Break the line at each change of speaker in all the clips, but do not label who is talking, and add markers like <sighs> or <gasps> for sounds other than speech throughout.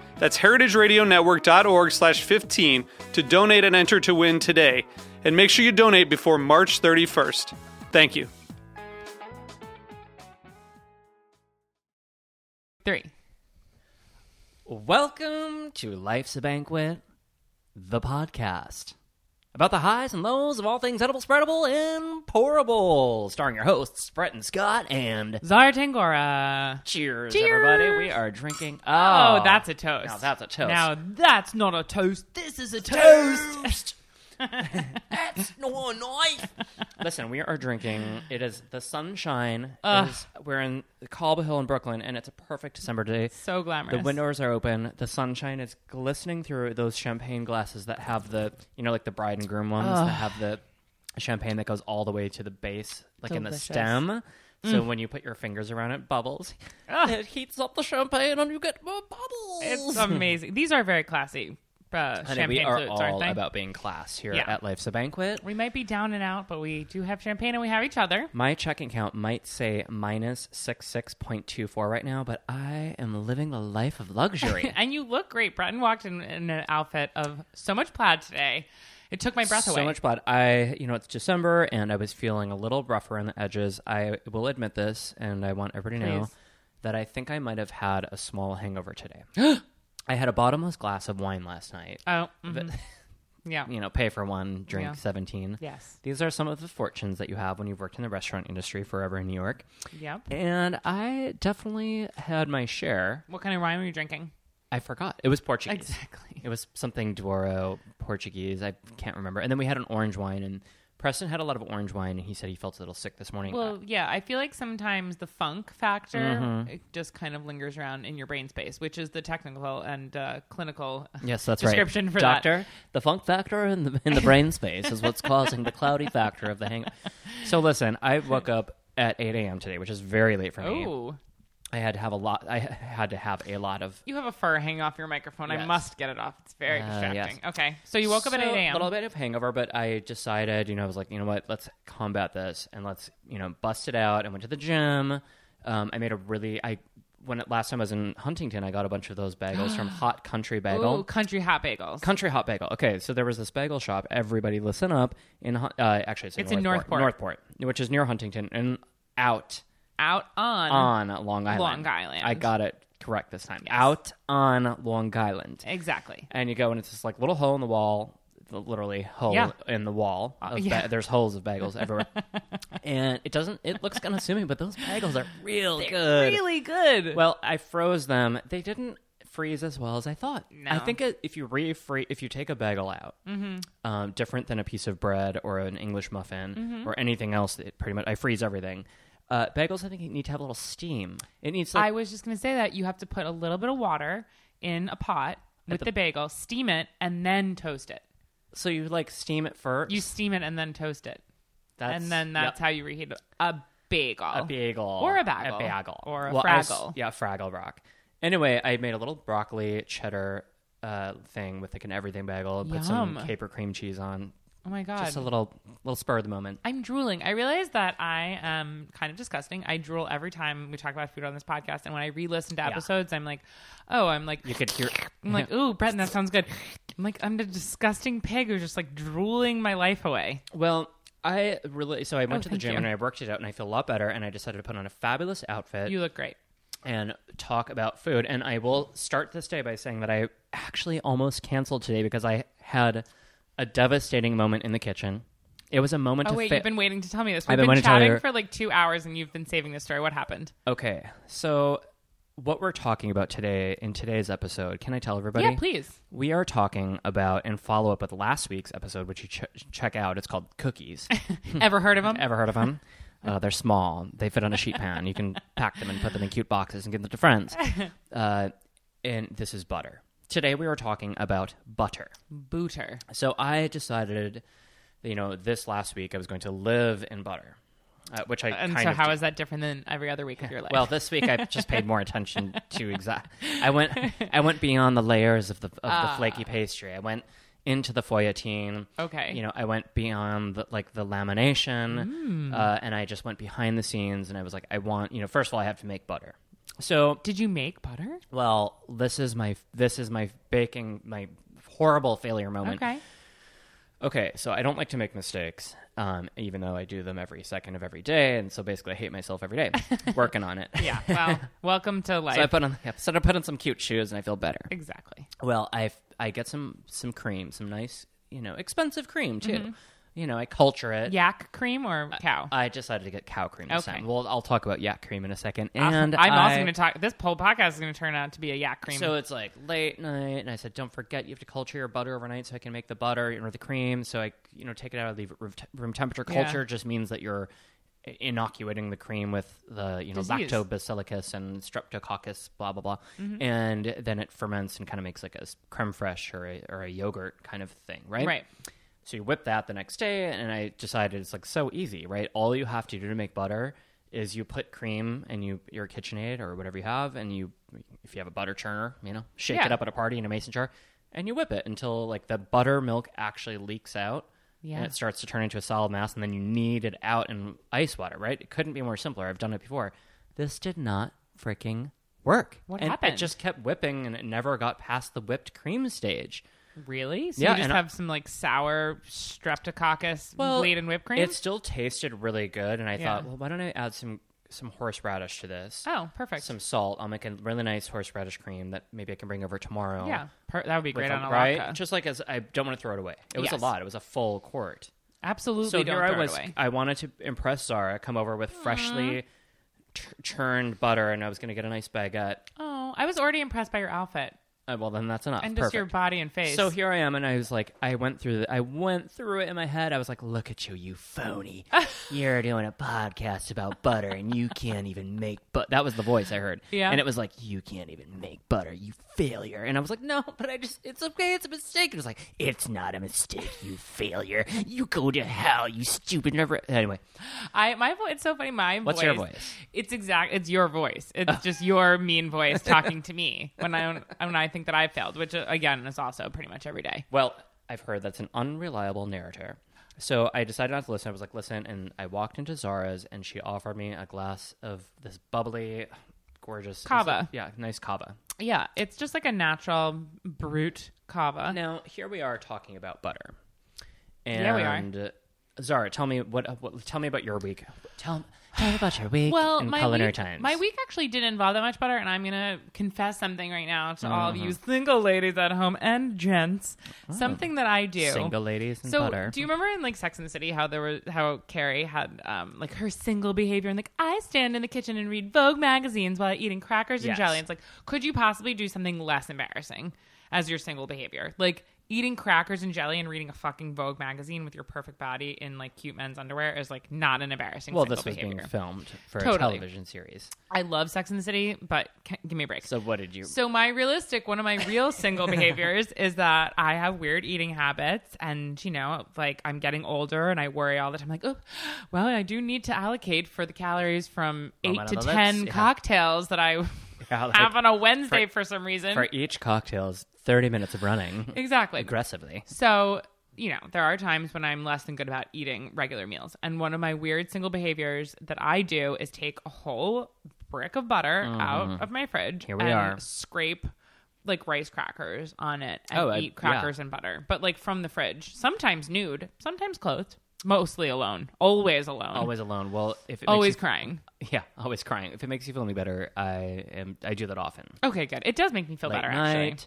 That's heritageradionetwork.org slash 15 to donate and enter to win today. And make sure you donate before March 31st. Thank you.
Three. Welcome to Life's a Banquet, the podcast about the highs and lows of all things edible, spreadable, and pourable. Starring your hosts, Brett and Scott, and
Zara Tangora.
cheers,
Cheers.
everybody. We are drinking.
Oh,
Oh,
that's a toast.
Now that's a toast.
Now that's not a toast. This is a toast.
that's no knife. Listen, we are drinking. It is the sunshine.
Ugh.
Is, we're in Cobble Hill in Brooklyn, and it's a perfect December day.
<laughs> So glamorous.
The windows are open. The sunshine is glistening through those champagne glasses that have the, you know, like the bride and groom ones that have the champagne that goes all the way to the base, like in the
Delicious. Mm.
stem. So when you put your fingers around it, bubbles. It heats up the champagne, and you get more bubbles. <laughs>
It's amazing. These are very classy uh,
Honey,
champagne
we are
flutes, aren't
all
they?
about being class here
Yeah.
at Life's a Banquet.
we might be down and out, but we do have champagne and we have each other.
My checking account might say minus six six point two four right now, but I am living the life
<laughs>
of luxury.
And you look great. Breton walked in, in an outfit of so much plaid today. It took my breath
so
away.
much blood. I, you know, it's December, and I was feeling a little rougher on the edges. I will admit this, and I want everybody to know
Please.
that I think I might have had a small
<gasps>
hangover today. I had a bottomless glass of wine last night.
oh, mhm. <laughs> yeah.
you know, pay for one, drink
Yeah.
seventeen.
Yes.
These are some of the fortunes that you have when you've worked in the restaurant industry forever in New York.
Yep.
And I definitely had my share.
What kind of wine were you drinking?
I forgot. It was Portuguese.
Exactly.
It was something Douro Portuguese. I can't remember. And then we had an orange wine, and Preston had a lot of orange wine, and he said he felt a little sick this morning. Uh,
Well, yeah, I feel like sometimes the funk factor
Mm-hmm.
it just kind of lingers around in your brain space, which is the technical and uh, clinical. <laughs>
yes, that's
description
right.
for that.
Doctor, the funk factor in the in
<laughs>
the brain space is what's causing the cloudy factor of the hang. So listen, I woke up at 8 a.m. today, which is very late for me.
Oh,
I had to have a lot. I had to have a lot of.
you have a fur hanging off your microphone. I
Yes.
must get it off. It's very
Uh,
distracting.
yes.
Okay, so you woke up at
So,
eight
A little
a.m.
bit of hangover, but I decided, you know, I was like, you know what, let's combat this and let's, you know, bust it out. I went to the gym. Um, I made a really, I when it, last time I was in Huntington, I got a bunch of those bagels
<gasps>
from Hot Country Bagel.
Ooh, country hot bagels.
Country Hot Bagel. Okay, so there was this bagel shop. Everybody, listen up. In Hun- uh, actually, it's,
It's
in
in
Northport, Northport, which is near Huntington and out
Out on.
on Long Island.
Long Island.
I got it correct this time. Out on Long Island
Exactly.
and you go and it's this like little hole in the wall literally hole
Yeah. Uh,
in the wall of
yeah.
ba- there's holes of bagels
<laughs>
everywhere and it doesn't it looks unassuming but those bagels are real good
Really good.
well i froze them they didn't freeze as well as i thought i
No. Mm-hmm.
think it, if you refree if you take a bagel out um, different than a piece of bread or an english muffin
Mm-hmm.
or anything else it pretty much i freeze everything uh, bagels i think need to have a little steam it needs like
I was just going to say that you have to put a little bit of water in a pot with the, bagel, steam it, and then toast it.
so you like steam it first
You steam it and then toast it,
That's-
and then
yep.
that's how you reheat a bagel.
a bagel
Or a bagel.
a bagel
Or a
I s-
fraggle.
yeah, Fraggle Rock. Anyway, I made a little broccoli cheddar uh, thing with like an everything bagel. Put some
Yum.
caper cream cheese on.
Oh my god!
Just a little little spur of the moment.
I'm drooling. I realize that I am kind of disgusting. I drool every time we talk about food on this podcast, and when I re-listen to episodes, I'm like, oh, I'm like,
You could hear.
I'm
<laughs>
like, ooh, Breton, that sounds good. I'm like, I'm the disgusting pig who's just like drooling my life away.
Well, I really so I went to the
Oh, thank
gym
you.
and I worked it out and I feel a lot better and I decided to put on a fabulous outfit
You look great.
and talk about food. And I will start this day by saying that I actually almost canceled today because I had a devastating moment in the kitchen. It was a moment
Oh
of
wait,
fa-
you've been waiting to tell me this. We've
I've been
been,
waiting to tell
chatting
you.
for like two hours, and you've been saving this story. What happened?
Okay, so what we're talking about today in today's episode, can I tell everybody?
Yeah, please.
<laughs> We are talking about and follow up with last week's episode, which you ch- check out. It's called
<laughs>
Cookies.
Ever heard of them?
Ever heard of them? Uh, they're small. They fit on a sheet pan. You can pack them and put them in cute boxes and give them
<laughs>
to friends. Uh, and this is butter. Today we are talking about butter.
Booter.
So I decided, you know, this last week I was going to live in butter, uh, which I
And
kind
so,
of
how
did.
is that different than every other week of your life?
<laughs> Well, this week I just paid more attention to exact. I went, I went beyond the layers of the of
Ah.
the flaky pastry. I went into the foyatine.
Okay.
You know, I went beyond the, like the
Mm.
lamination, uh, and I just went behind the scenes, and I was like, I want, you know, first of all, I have to make butter. So,
did you make butter?
well, this is my this is my baking my horrible failure moment.
Okay.
Okay, so I don't like to make mistakes, um, even though I do them every second of every day, and so basically I hate myself
<laughs>
every day working on it.
Yeah. <laughs> Well, welcome to life.
So I put on yeah, so I put on some cute shoes and I feel better.
exactly.
Well, I I get some some cream, some nice you know expensive cream too.
Mm-hmm.
You know I culture it.
Uh, Yak cream or
Uh,
cow?
I decided to get cow cream this
Okay.
time. Well, I'll talk about yak cream in a second. And
I'm also
I-
going to talk. This whole podcast is going to turn out to be a yak cream.
So it's like late night, and I said, "Don't forget, you have to culture your butter overnight, so I can make the butter or the cream. So I, you know, take it out, leave it room, te- room temperature.
Yeah.
Culture just means that you're i- inoculating the cream with the, you know,
Disease. Mm-hmm.
lactobacillus and streptococcus, blah blah blah, and then it ferments and kind of makes like a s- creme fraiche or a, or a yogurt kind of thing, right?
right.
So you whip that the next day, and I decided it's like so easy, right? All you have to do to make butter is you put cream and you your KitchenAid or whatever you have, and you if you have a butter churner, you know, shake it
Yeah.
up at a party in a mason jar, and you whip it until like the buttermilk actually leaks out.
Yeah.
And it starts to turn into a solid mass, and then you knead it out in ice water, right? It couldn't be more simpler. I've done it before. This did not freaking work.
What
and It
happened?
just kept whipping, and it never got past the whipped cream stage.
Really? So
Yeah,
you just
and I-
have some like sour streptococcus laden whipped cream?
It still tasted really good, and I
Yeah.
thought, well, why don't I add some some horseradish to this?
oh, perfect.
Some salt. I'll make a really nice horseradish cream that maybe I can bring over tomorrow.
yeah, per- that would be
With
great
a-
on a
right,
latke.
just like as I don't want to throw it away. It was
Yes.
a lot. It was a full quart.
Absolutely.
So
don't throw
here I
it
was.
away.
I wanted to impress Zara. Come over with freshly t- churned butter, and I was going to get a nice baguette.
Oh, I was already impressed by your outfit
Uh, well, then that's enough.
and just
Perfect.
your body and face.
So here I am, and I was like, I went through the, I went through it in my head. I was like, look at you,
<laughs>
you phony. You're doing a podcast about butter, and you can't even make but. That was the voice I heard.
Yeah.
and it was like, you can't even make butter, you failure. And I was like, no, but I just, it's okay, it's a mistake. And it was like, it's not a mistake, you failure. You go to hell, you stupid. Never. Anyway,
I my voice. It's so funny. My
What's
voice,
your voice? Oh.
It's exact. It's your voice. It's just your mean
<laughs>
voice talking to me when I when I think that I failed, which uh, again is also pretty much every day.
Well, I've heard that's an unreliable narrator. So I decided not to listen. I was like, listen, and I walked into Zara's and she offered me a glass of this bubbly, gorgeous
Cava.
yeah, nice cava.
Yeah, it's just like a natural brute kava.
Now here we are talking about butter. And uh,
Yeah, we are.
Zara, tell me what, uh, what. Tell me about your week. Tell tell me about your week.
well,
in
my
culinary
week,
times.
My week actually didn't involve that much butter, and I'm gonna confess something right now to all of
Mm-hmm.
you single ladies at home and gents. Something that I do.
Oh. Single ladies and
so
butter.
do you remember in like Sex and the City how there were how Carrie had um like her single behavior and like I stand in the kitchen and read Vogue magazines while eating crackers and
Yes.
jelly. It's like could you possibly do something less embarrassing as your single behavior? Like eating crackers and jelly and reading a fucking Vogue magazine with your perfect body in like cute men's underwear is like not an embarrassing
well,
single
this was
behavior.
being filmed for a
Totally.
television series.
I love Sex and the City, but can, give me a break.
So what did you?
So my realistic, one of my real
<laughs>
single behaviors is that I have weird eating habits, and you know, like I'm getting older, and I worry all the time, like, oh, well, I do need to allocate for the calories from
Well, I
eight to
don't know,
ten
that's- yeah.
cocktails that I
Yeah, <laughs> like,
have on a Wednesday for, some reason.
for each cocktail is thirty minutes of running
exactly.
aggressively.
So, you know, there are times when I'm less than good about eating regular meals. And one of my weird single behaviors that I do is take a whole brick of butter out of my fridge
Mm-hmm. Here we
and
are.
scrape like rice crackers on it and
Oh, I-
eat crackers and butter, but like from the fridge, sometimes nude, sometimes clothed, mostly alone, always alone, always,
Always alone. Well, if it makes you
crying.
Yeah, always crying. If it makes you feel any better, I am. I do that often.
Okay, good. It does make me feel
Late
better,
night,
actually.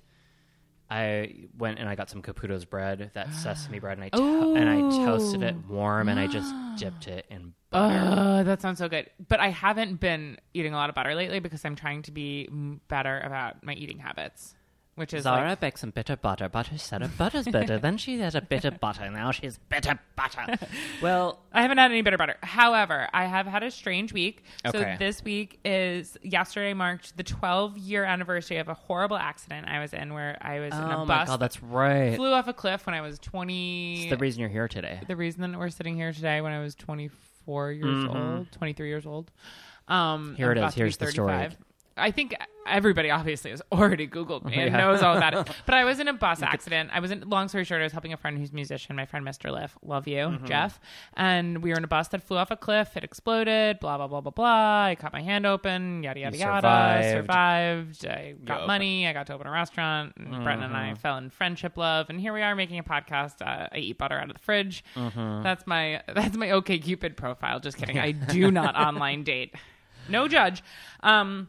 I went and I got some Caputo's bread, <gasps> that sesame bread, and I to- and I toasted it warm, and I <gasps> just dipped it in butter.
Oh, that sounds so good. But I haven't been eating a lot of butter lately because I'm trying to be m- better about my eating habits, which is
Zara
like,
baked some bitter butter, but she said a <laughs> butter's bitter. then she had a bitter butter. Now she's bitter butter. <laughs> well,
I haven't had any bitter butter. However, I have had a strange week.
Okay.
So this week is yesterday marked the 12 year anniversary of a horrible accident I was in where I was in
oh
a
my
bus
god,
that
that's right.
flew off a cliff when I was 20.
It's the reason you're here today.
the reason that we're sitting here today when I was 24 years old, 23 years old. Um,
Mm-hmm. Here
I'm
it is.
about to be
Here's the story.
35. I think everybody obviously has already Googled me and
Oh, Yeah.
knows all
<laughs>
about it. But I was in a bus accident. I was in, long story short, I was helping a friend who's a musician, my friend Mr. Liff. Love you,
Mm-hmm.
Jeff. And we were in a bus that flew off a cliff. It exploded, blah, blah, blah, blah, blah. I cut my hand open, yada, yada, yada. I
survived.
survived. I got
Yup.
money. I got to open a restaurant. And Brendan and I fell in friendship love, and here we are making a podcast. Uh, I eat butter out of the fridge. That's my <laughs> that's my OK Cupid profile. Just kidding. I do not online date. No judge. Um.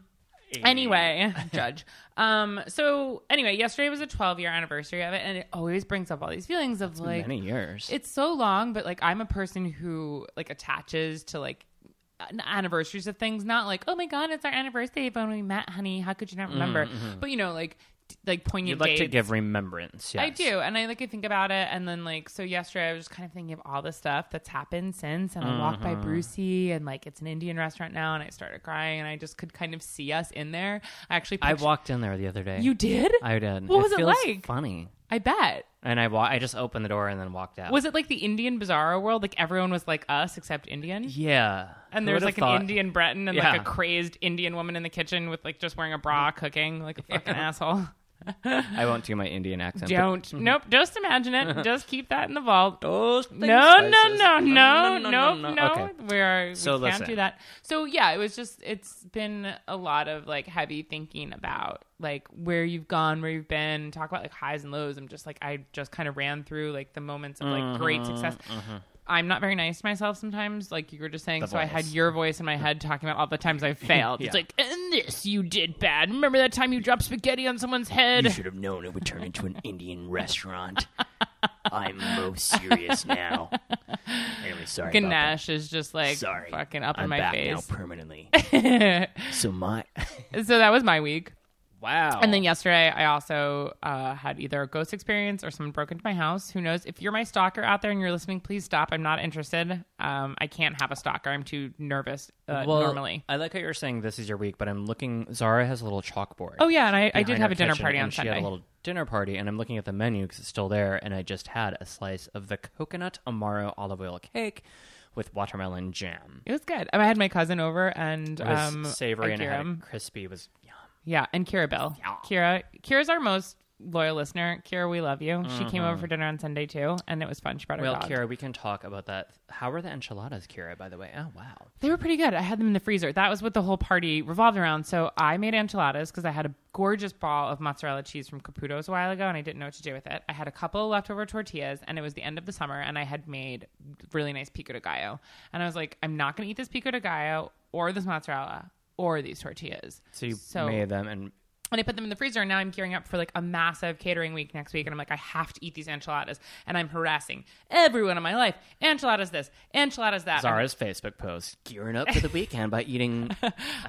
Anyway, judge. Um. So anyway, yesterday was a 12 year anniversary of it, and it always brings up all these feelings of like
Many years.
it's so long, but like I'm a person who like attaches to like an- anniversaries of things, not like oh my god, it's our anniversary of when we met, honey. How could you not remember? But you know, like d- like
Mm-hmm,
poignant
You'd like to
dates.
give remembrance. Yes.
I do, and I like I think about it, and then like so yesterday I was just kind of thinking of all the stuff that's happened since, and I walked by
Mm-hmm.
Brucey, and like it's an Indian restaurant now, and I started crying, and I just could kind of see us in there. I actually
I
pictured-
walked in there the other day.
You did?
I did.
What was it
feels
like?
Funny.
I bet.
And I wa- I just opened the door and then walked out.
Was it like the Indian Bizarro world? Like everyone was like us except Indian.
yeah.
And
Who
there's
would've
like
thought?
an Indian Breton and like
Yeah. Mm-hmm.
a crazed Indian woman in the kitchen with like just wearing a bra cooking like a fucking
<laughs>
asshole.
I won't do my Indian accent. but-
Don't. nope. Just imagine
<laughs>
it. Just keep that in the vault.
Mm-hmm. Those things,
No, no,
spices.
no, no, no, no,
Okay.
We are. We
So
can't
listen.
do that. So yeah, it was just. It's been a lot of like heavy thinking about like where you've gone, where you've been. Talk about like highs and lows. I'm just like I just kind of ran through like the moments of like great success.
Mm-hmm.
I'm not very nice to myself sometimes, like you were just saying.
The
so I had
voice.
your voice in my head talking about all the times
<laughs>
I failed. It's
Yeah.
like, and this you did bad. Remember that time you dropped spaghetti on someone's head?
You should have known it would turn into an Indian restaurant. I'm most serious now. Anyway, sorry.
Fucking
about that.
Nash is just like
Sorry.
fucking up in
I'm
my
back
face.
now
<laughs>
permanently. so my
So that was my week.
Wow.
And then yesterday, I also uh, had either a ghost experience or someone broke into my house. Who knows? If you're my stalker out there and you're listening, please stop. I'm not interested. Um, I can't have a stalker. I'm too nervous uh,
Well,
normally.
I like how you're saying this is your week, but I'm looking. Zara has a little chalkboard.
Oh yeah, and I, I did
behind
have
her
a dinner
kitchen,
party on
and She
Sunday.
had a little dinner party, and I'm looking at the menu because it's still there, and I just had a slice of the coconut amaro olive oil cake with watermelon jam.
It was good. Um, I had my cousin over and
It was
um, Oh,
savory
I
and it had
Kira.
a crispy. It was yum.
yeah, and Kira Bell. Kira, Kira's our most loyal listener. Kira, we love you. She came over for dinner on Sunday too, and it was fun. She brought her
Mm-hmm. Well,
dog.
Kira, we can talk about that. How are the enchiladas, Kira? By the way, oh wow.
They were pretty good. I had them in the freezer. That was what the whole party revolved around. So I made enchiladas because I had a gorgeous ball of mozzarella cheese from Caputo's a while ago and I didn't know what to do with it. I had a couple of leftover tortillas and it was the end of the summer and I had made really nice pico de gallo. And I was like, I'm not going to eat this pico de gallo or this mozzarella or these tortillas.
So you made them, and
And I put them in the freezer, and now I'm gearing up for like a massive catering week next week. And I'm like, I have to eat these enchiladas. And I'm harassing everyone in my life. Enchiladas this, enchiladas that. I'm
Zara's Facebook post gearing up for the weekend
<laughs>
by eating.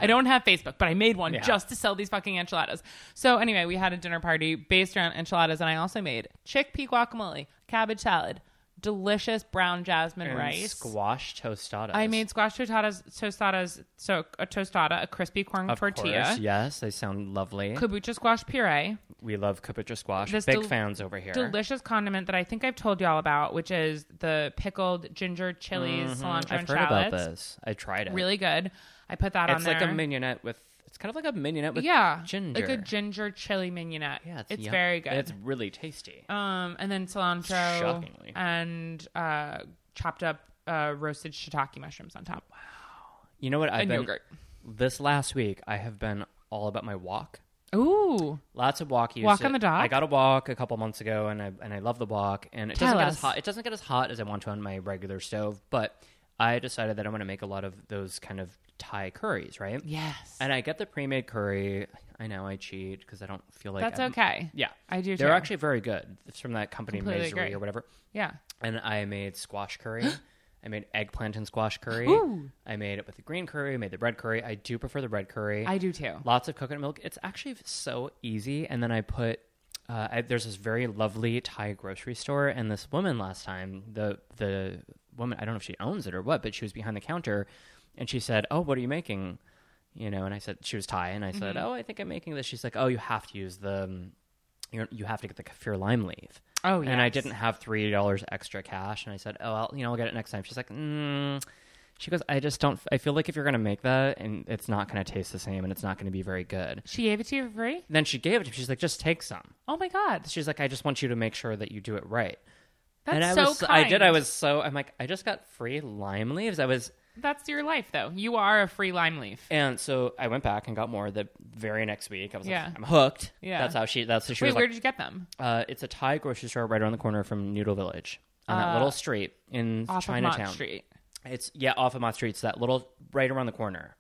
I don't have Facebook, but I made one just to sell these fucking enchiladas. So anyway, we had a dinner party based around enchiladas, and I also made chickpea guacamole, cabbage salad, delicious brown jasmine
and
rice.
squash tostadas.
I made squash tostadas, tostadas, so a tostada, a crispy corn
of
tortilla,
course, yes, they sound lovely.
kombucha squash puree,
we love kapucha squash.
This
Big
del-
fans over here.
delicious condiment that I think I've told y'all about, which is the pickled ginger chilies, cilantro,
Mm-hmm. I've
and
heard
shallots.
about this. I tried it.
Really good. I put that on
It's
there.
like a mignonette with. It's kind of like a mignonette with
yeah,
ginger.
like a ginger chili mignonette.
Yeah, it's,
it's
yum-
very good.
It's really tasty.
Um, and then cilantro
Shockingly.
and uh, chopped up uh, roasted shiitake mushrooms on top
You know what? I've
and
been
yogurt.
this last week. I have been all about my walk.
Ooh,
Lots of walk usage.
Walk on the dock?
I got a walk a couple months ago, and I and I love the walk. And it doesn't
Tell
get as
us.
hot. It doesn't get as hot as I want to on my regular stove, but I decided that I'm going to make a lot of those kind of Thai curries, right?
Yes.
And I get the pre-made curry. I know I cheat because I don't feel like
That's
I'm-
okay.
Yeah,
I do
They're
too.
actually very good. It's from that company
Completely
Misery
agree.
or whatever.
Yeah.
And I made squash
<gasps>
curry. I made eggplant and squash curry.
Ooh.
I made it with the green curry. I made the red curry. I do prefer the red curry.
I do too.
Lots of coconut milk. It's actually so easy. And then I put. Uh, I, there's this very lovely Thai grocery store, and this woman last time, the the woman, I don't know if she owns it or what, but she was behind the counter, and she said, "Oh, what are you making?" You know, and I said she was Thai, and I said, "Oh, I think I'm making this." She's like, "Oh, you have to use the, um, you're, you have to get the kaffir lime leaf."
Oh,
And I
yes.
didn't have three dollars extra cash, and I said, "Oh, I'll, you know, I'll get it next time." She's like, mm. "She goes, I just don't. I feel like if you're gonna make that, and it's not gonna taste the same, and it's not gonna be very good."
She gave it to you for free?
Then she gave it to me. She's like, "Just take some."
Oh my God.
She's like, "I just want you to make sure that you do it right."
That's
and I
so
was, I did. I
kind.
was so. I'm like, I just got free lime leaves. I was,
That's your life, though. You are a free lime leaf.
and so I went back and got more the very next week. I was
Yeah.
like, I'm hooked.
Yeah.
That's how she. That's how she
Wait,
was
where
like.
did you get them?
uh, it's a Thai grocery store right around the corner from Noodle Village on that little street in
Uh, Off of
Chinatown.
Mott Street.
It's yeah, off of Mott Street. It's that little right around the corner.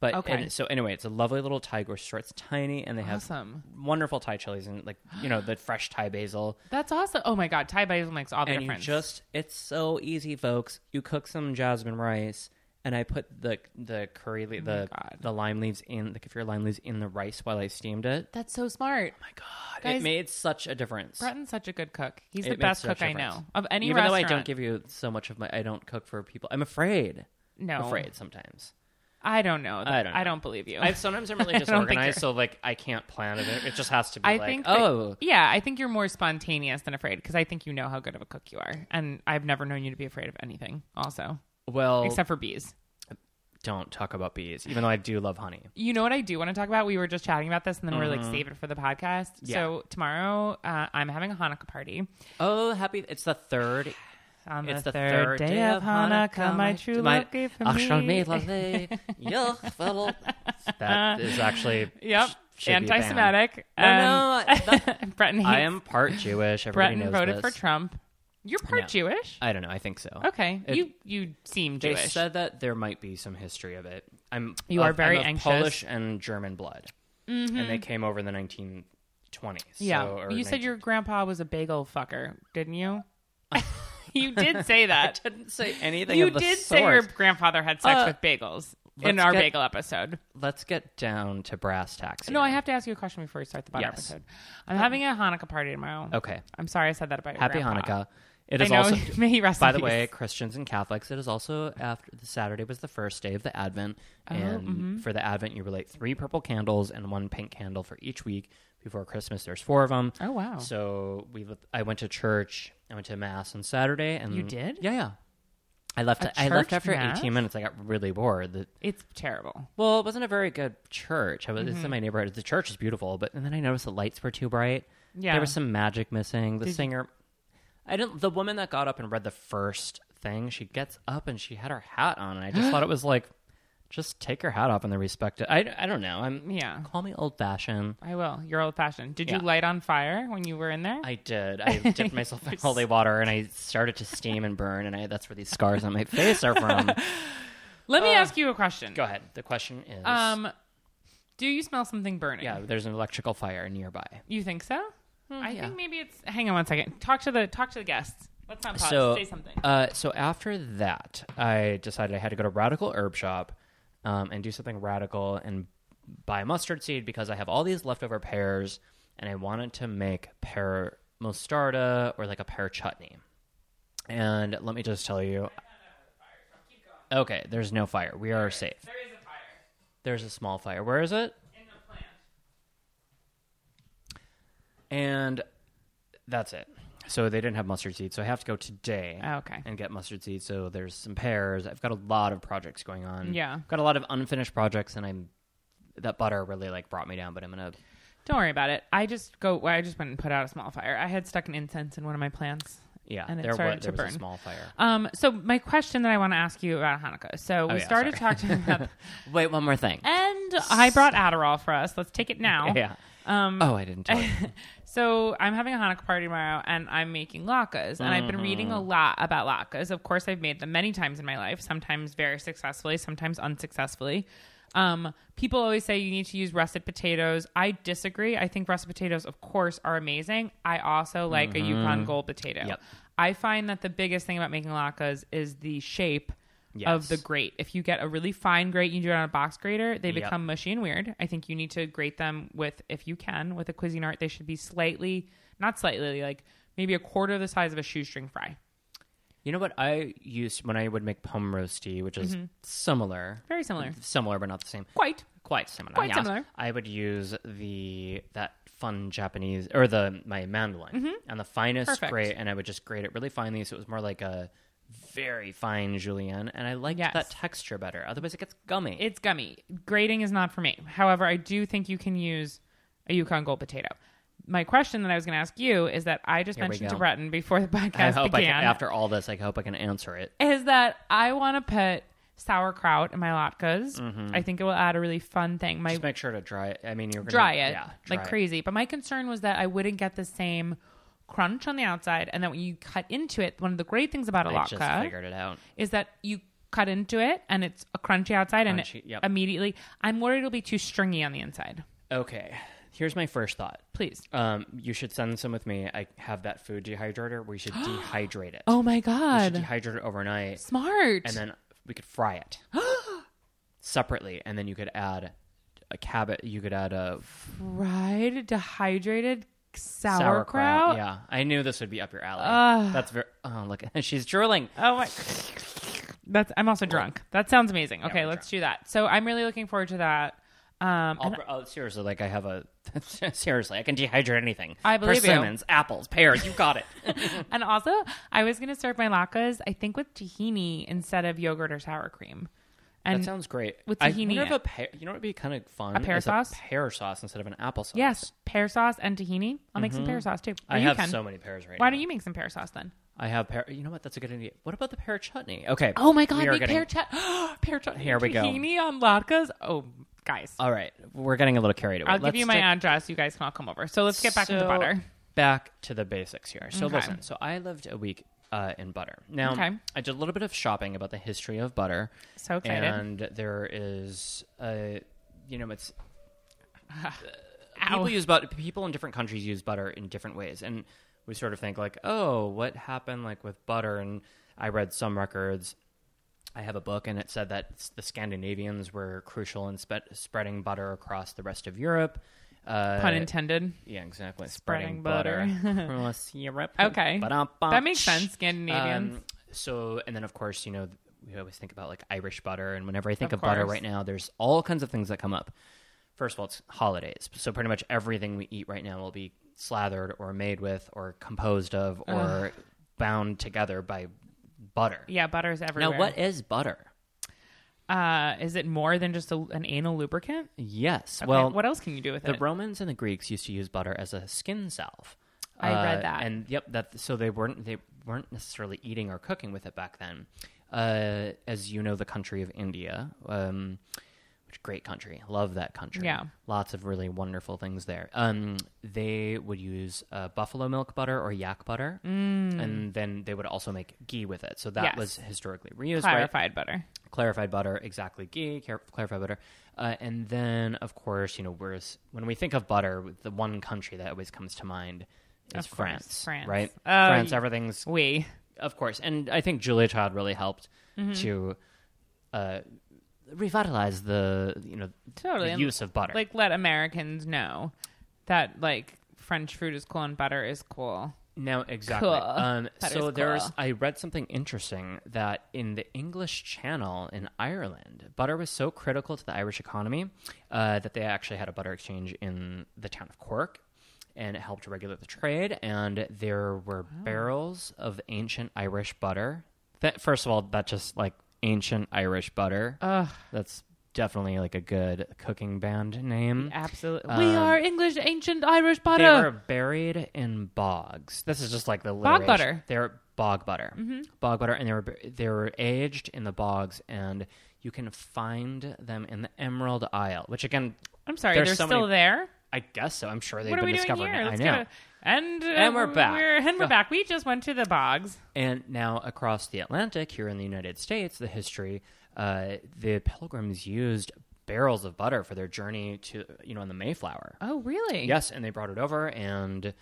But
Okay.
and so anyway, it's a lovely little Thai grocery store. It's tiny and they have
Awesome.
wonderful Thai chilies and like you know the fresh
<gasps>
Thai basil.
That's awesome. Oh my God. Thai basil makes all the
and
difference.
you just it's so easy, folks. You cook some jasmine rice. And I put the the curry le- the
Oh God.
the lime leaves in the kaffir lime leaves in the rice while I steamed it.
That's so smart.
Oh My God, it
Guys-
made such a difference.
Breton's such a good cook. He's the
It makes
best
such
cook
a
I
difference.
know of any
Even
restaurant.
though I don't give you so much of my, I don't cook for people. I'm afraid.
no,
I'm afraid sometimes.
I don't know.
I don't
I
know.
don't believe you.
I sometimes I'm
<laughs>
really
I don't think
disorganized,
you're-
so like I can't plan it. It just has to be.
I
like,
think. that-
oh, <laughs>
yeah. I think you're more spontaneous than afraid because I think you know how good of a cook you are, and I've never known you to be afraid of anything. Also,
well,
except for bees.
don't talk about bees. Even though I do love honey.
You know what I do want to talk about? We were just chatting about this, and then we we're like, save it for the podcast.
Mm-hmm. Yeah.
So tomorrow, uh, I'm having a Hanukkah party.
Oh, happy! It's the third.
On the,
It's the
third, day, of Hanukkah, my true love gave for me.
Ashram me lovely, yuck, fellow. That is actually
<laughs> Yep,
sh- should be banned.
anti-Semitic.
No, no, I-
<laughs> Breton
I
hates-
am part Jewish. Everybody
Breton
knows
voted
this.
for Trump. You're part
No.
Jewish.
I don't know. I think so.
okay,
It-
you you seem
They
Jewish.
said that there might be some history of it. I'm
You
of-
are very
I'm of
anxious. Mm-hmm.
Polish and German blood, and they came over in the 1920s.
yeah,
so- or
you said
19
your grandpa was a bagel fucker, didn't
<laughs>
you? <laughs> you did say that.
didn't say <laughs> anything.
You
of the
did
sort.
say your grandfather had sex
Uh,
with bagels in
let's
our
get-
bagel episode.
Let's get down to brass tacks.
No,
here.
I have to ask you a question before we start the butter
Yes.
episode. I'm having a Hanukkah party tomorrow.
Okay.
I'm sorry I said that about your
Happy
grandpa.
Hanukkah. It
I
is
know.
also.
<laughs> May he rest
By
in
the way,
peace.
Christians and Catholics, it is also after the Saturday was the first day of the Advent,
Oh,
and
mm-hmm.
for the Advent you relate three purple candles and one pink candle for each week. Before Christmas, there's four of them.
Oh, wow.
So we, lit- I went to church. I went to mass on Saturday, and
You did?
Yeah, yeah. I left.
A
I left
church
after
mass?
18 minutes. I got really bored. The,
It's terrible.
well, it wasn't a very good church. I was,
Mm-hmm.
It's in my neighborhood. The church is beautiful, but and then I noticed the lights were too bright.
Yeah.
there was some magic missing. The singer, I didn't. The woman that got up and read the first thing, she gets up and she had her hat on, and
<gasps>
I just thought it was like, just take your hat off and then respect it. I, I don't know. I'm
Yeah.
Call me old fashioned.
I will. You're old fashioned. Did
Yeah.
you light on fire when you were in there?
I did.
<laughs>
I dipped myself in holy water and I started to steam and burn, and I, that's where these scars on my
<laughs>
face are from.
Let me ask you a question.
uh, Go ahead. The question is,
Um, do you smell something burning?
yeah, there's an electrical fire nearby.
You think so? I
Mm, yeah.
think maybe it's. Hang on one second. Talk to the talk to the guests. Let's not pause.
so
Say something.
Uh, so after that, I decided I had to go to Radical Herb Shop um, and do something radical and buy mustard seed because I have all these leftover pears and I wanted to make pear mostarda or like a pear chutney. And let me just tell you. Okay, there's no fire. We are safe.
there is a fire
There's a small fire. Where is it?
in the plant.
And that's it. So they didn't have mustard seeds. So I have to go today.
Oh, okay.
And get mustard seeds. So there's some pears. I've got a lot of projects going on.
Yeah.
Got a lot of unfinished projects, and I'm that butter really like brought me down. But I'm gonna.
Don't worry about it. I just go. I just went and put out a small fire. I had stuck an incense in one of my plants.
Yeah.
And it
there
started
was,
to
there was
burn.
a small fire.
Um. So my question that I want to ask you about Hanukkah. So we
Oh, yeah,
started
sorry. <laughs>
talking about,
Wait, one more thing.
and I brought Adderall for us. Let's take it now.
Yeah.
Um,
oh, I
<laughs>
didn't tell you.
So I'm having a Hanukkah party tomorrow, and I'm making latkes. And I've been reading
Mm-hmm.
a lot about latkes. Of course, I've made them many times in my life. Sometimes very successfully, sometimes unsuccessfully. Um, people always say you need to use russet potatoes. I disagree. I think russet potatoes, of course, are amazing. I also like a Yukon Gold potato.
Mm-hmm. Yep.
I find that the biggest thing about making latkes is the shape of
Yes.
the grate. If you get a really fine grate, you do it on a box grater, they
Yep.
become mushy and weird. I think you need to grate them with, if you can, with a Cuisine Art. They should be slightly, not slightly, like maybe a quarter of the size of a shoestring fry.
You know what I used when I would make pom roasty, which is similar,
Mm-hmm. Very similar.
similar but not the same.
Quite.
Quite similar.
Quite similar.
I would use the that fun Japanese or the my mandolin and the finest
Mm-hmm. Perfect.
grate, and I would just grate it really finely, so it was more like a very fine julienne, and I liked
Yes.
that texture better. Otherwise, it gets gummy.
It's gummy. Grating is not for me. However, I do think you can use a Yukon Gold potato. My question that I was going to ask you is that I just
Here we
mentioned to
go.
Breton before the podcast
I hope I
began.
can, after all this, I hope I can answer it.
is that I want to put sauerkraut in my latkes.
Mm-hmm.
I think it will add a really fun thing. My
Just make sure to dry it. I mean, you're gonna,
dry it
yeah,
like
dry it.
crazy. But my concern was that I wouldn't get the same crunch on the outside, and that when you cut into it, one of the great things about a
I just
latke
figured it out.
is that you cut into it and it's a crunchy outside, and it
Crunchy, yep.
immediately. I'm worried it'll be too stringy on the inside.
Okay, here's my first thought.
Please.
Um, you should send some with me. I have that food dehydrator.
<gasps>
We should dehydrate it.
Oh my
we should
god!
dehydrate it overnight,
Smart.
and then we could fry
<gasps>
it separately, and then you could add a cabbage. You could add a
fried, dehydrated sauerkraut.
sauerkraut. Yeah, I knew this would be up your alley. That's very. Oh look, <laughs> she's drooling.
Oh my. That's I'm also drunk. That sounds amazing. Okay, let's do that. So I'm really looking forward to that. Um,
I'll, br- oh, seriously, like I have a <laughs> seriously, I can dehydrate anything.
I believe you.
persimmons, apples, pears.
<laughs>
You got it.
and also, I was gonna serve my latkes. I think with tahini instead of yogurt or sour cream. And
that sounds great.
with
I
tahini
wonder
in
if
it.
a pear, you know what would be kind of fun?
A pear
is
sauce?
pear sauce instead of an apple sauce.
yes, pear sauce and tahini. I'll make some pear sauce too. Or
I
you
have
can.
so many pears right now.
Why don't you make some pear sauce then?
I have pear. You know what? That's a good idea. What about the pear chutney? Okay.
Oh my god,
we are
make
getting-
pear chat <gasps> pear chat.
Here we go.
Tahini on latkes. Oh, guys,
All right, we're getting a little carried away.
I'll give
Let's
you my
stick-
address. You guys can all come over. So let's get back into
So,
butter.
Back to the basics here. So
Okay.
listen. So I lived a week uh, in butter. Now
Okay.
I did a little bit of shopping about the history of butter.
So excited.
And there is a, you know, it's
<laughs> Ow.
people use butter. People in different countries use butter in different ways, and we sort of think like, oh, what happened like with butter? And I read some records. I have a book, and it said that s- the Scandinavians were crucial in spe- spreading butter across the rest of Europe. Uh,
Pun intended.
Yeah, exactly.
Spreading
Spreading, <laughs> butter across Europe.
Okay.
Ba-dum-bum.
That makes sense, Scandinavians.
Um, so, and then of course, you know, th- we always think about like Irish butter, and whenever I think
Of
of, butter
course.
right now, there's all kinds of things that come up. First of all, it's holidays, so pretty much everything we eat right now will be slathered or made with or composed of or bound together by butter.
yeah, butter is everywhere.
Now, what is butter?
Uh, is it more than just a, an anal lubricant?
Yes.
Okay,
well,
what else can you do with
the
it?
Romans and the Greeks used to use butter as a skin salve. Uh,
I read that.
and yep, that so they weren't they weren't necessarily eating or cooking with it back then. Uh, as you know, the country of India, um, which great country, love that country.
Yeah.
lots of really wonderful things there. Um, they would use uh, buffalo milk butter or yak butter, and then they would also make ghee with it. So that
Mm. Yes.
was historically reused. right?
Clarified butter.
clarified butter, exactly ghee, clar- clarified butter, uh, and then of course you know we're s- when we think of butter, the one country that always comes to mind is
Of course,
France,
France.
right?
Oh,
France,
y-
everything's
We.
of course, and I think Julia Child really helped
Mm-hmm.
to uh, revitalize the you know
Totally.
the
And,
use of butter.
Like, let Americans know that, like, French food is cool and butter is cool.
Now, exactly.
Cool.
Um,
<laughs> That
so
is
there's.
cool.
I read something interesting that in the English Channel in Ireland, butter was so critical to the Irish economy uh, that they actually had a butter exchange in the town of Cork, and it helped regulate the trade. And there were barrels of ancient Irish butter. That first of all, that just like ancient Irish butter. That's definitely like a good cooking band name.
Absolutely. we are English ancient Irish butter.
Um, They were buried in bogs. This is just like the alliteration.
butter. Mm-hmm.
They're bog butter, bog butter, and they were they were aged in the bogs, and you can find them in the Emerald Isle, which again,
I'm sorry,
there's
they're
so
still
many-
there.
I guess so. I'm sure they've
what are
been
we doing
discovering
here?
it. I
Let's
know.
go to- and uh,
And we're back.
and we're
Ugh.
back. We just went to the bogs.
And now across the Atlantic, here in the United States, the history, uh, the Pilgrims used barrels of butter for their journey to, you know, on the Mayflower.
Oh, really?
Yes, and they brought it over and uh,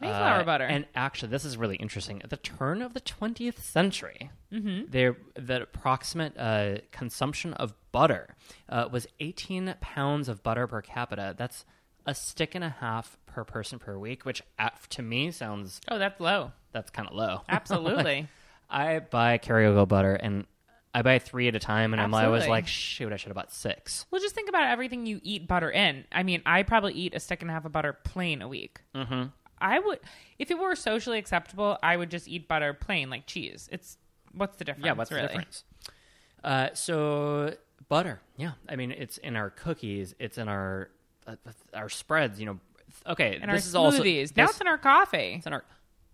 Mayflower butter.
And actually, this is really interesting. At the turn of the 20th century,
Mm-hmm.
there the approximate uh, consumption of butter uh, was 18 pounds of butter per capita. That's a stick and a half per person per week, which uh, to me sounds
Oh, that's
<laughs>
low.
that's kind of low.
Absolutely.
I buy Carryogo butter and I buy three at a time, and I'm always
Absolutely.
like, shoot, I should have bought six.
well, just think about everything you eat butter in. I mean, I probably eat a stick and a half of butter plain a week. Mm-hmm. I would, if it were socially acceptable, I would just eat butter plain, like cheese. It's what's the difference?
Yeah, what's
really?
the difference? Uh, so butter, yeah. I mean, it's in our cookies, it's in our uh, our spreads. You know, okay.
And
this
our
is
smoothies.
also
now
this-
it's in our coffee.
it's in our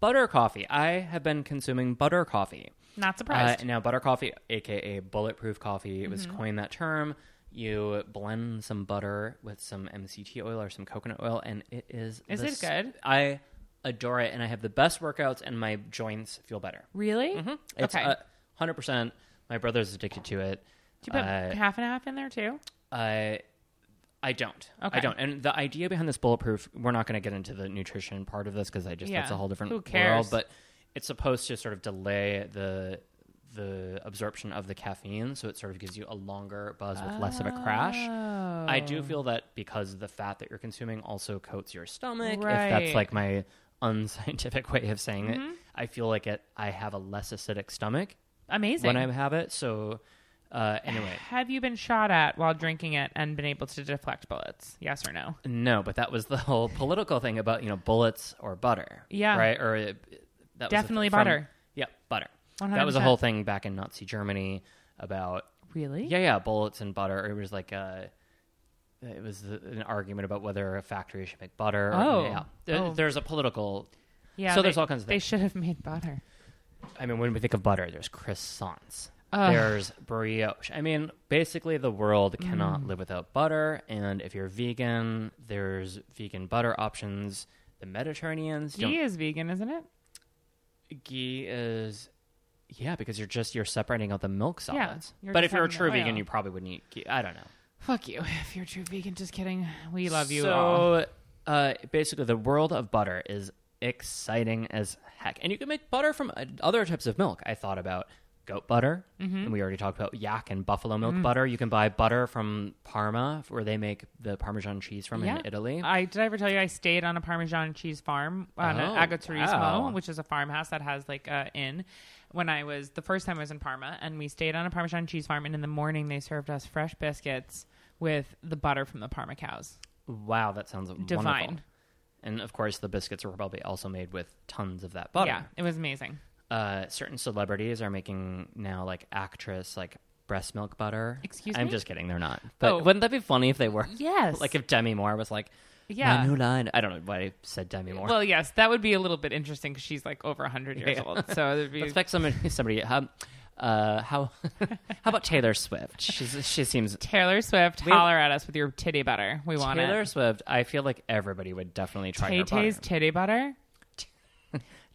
butter coffee. I have been consuming butter coffee.
Not
Uh,
surprised. Mm-hmm.
now, butter coffee, aka bulletproof coffee, it was coined that term. You blend some butter with some MCT oil or some coconut oil, and it is.
Is
the
it
s-
good?
I adore it, and I have the best workouts, and my joints feel better.
really?
It's
okay.
hundred percent. My brother's addicted to it.
Do you put
uh,
half and half in there too?
I, I don't. I
Okay.
don't. And the idea behind this bulletproof, we're not going to get into the nutrition part of this because I just that's
Yeah.
a whole different
Who
world.
cares?
But it's supposed to sort of delay the the absorption of the caffeine, so it sort of gives you a longer buzz with less of a crash. I
Oh.
do feel that because the fat that you're consuming also coats your stomach. If that's
Right. Mm-hmm.
like my unscientific <laughs> way of saying it, I feel like it. I have a less acidic stomach
Amazing.
when I have it. So
<sighs>
uh, anyway,
Have you been shot at while drinking it and been able to deflect bullets? Yes or no?
no, but that was the whole political thing about you know bullets or butter.
Yeah.
right. Or it, that was the-
Definitely
from-
butter.
Yeah, butter. That was a
100%.
whole thing back in Nazi Germany about
Really?
yeah, yeah, bullets and butter. It was like a. It was the- an argument about whether a factory should make butter. Or,
Oh.
yeah. There-
Oh.
There's a political.
Yeah.
So there's
they-
all kinds of
They
things.
should have made butter.
I mean, when we think of butter, there's croissants.
Ugh.
There's brioche. I mean, basically, the world cannot
Mm.
live without butter. And if you're vegan, there's vegan butter options. The Mediterraneans
Ghee
don't.
is vegan, isn't it?
Ghee is, yeah, because you're just you're separating out the milk
Yeah,
solids.
you're
but
just
if you're a
having the
true vegan,
oil.
you probably wouldn't eat. Ghee. I don't know.
Fuck you. <laughs> If you're true vegan, just kidding. We love you
so,
all.
uh, basically, the world of butter is exciting as heck, and you can make butter from uh, other types of milk. I thought about goat butter,
Mm-hmm.
and we already talked about yak and buffalo
Mm.
milk butter. You can buy butter from Parma, where they make the Parmesan cheese from
Yeah.
in Italy.
I did I ever tell you I stayed on a Parmesan cheese farm on
Oh,
an agriturismo,
wow.
which is a farmhouse that has like a inn. When I was the first time I was in Parma, and we stayed on a Parmesan cheese farm, and in the morning they served us fresh biscuits with the butter from the Parma cows.
wow, that sounds wonderful.
Divine.
And of course, the biscuits were probably also made with tons of that butter.
Yeah, it was amazing.
uh, certain celebrities are making now like actress like breast milk butter.
Excuse
I'm
me?
just kidding, they're not. But
Oh.
wouldn't that be funny if they were?
Yes.
like if Demi Moore was like,
Yeah.
my new line. I don't know why I said Demi Moore.
Well, yes, that would be a little bit interesting because she's like over 100 years old. So it'd be
expect somebody somebody. Um, uh, how <laughs> how about Taylor Swift? She's she seems
Taylor Swift, holler at us with your titty butter. We want
Taylor
it.
Swift. I feel like everybody would definitely try her
Tay-Tay's
butter.
titty butter.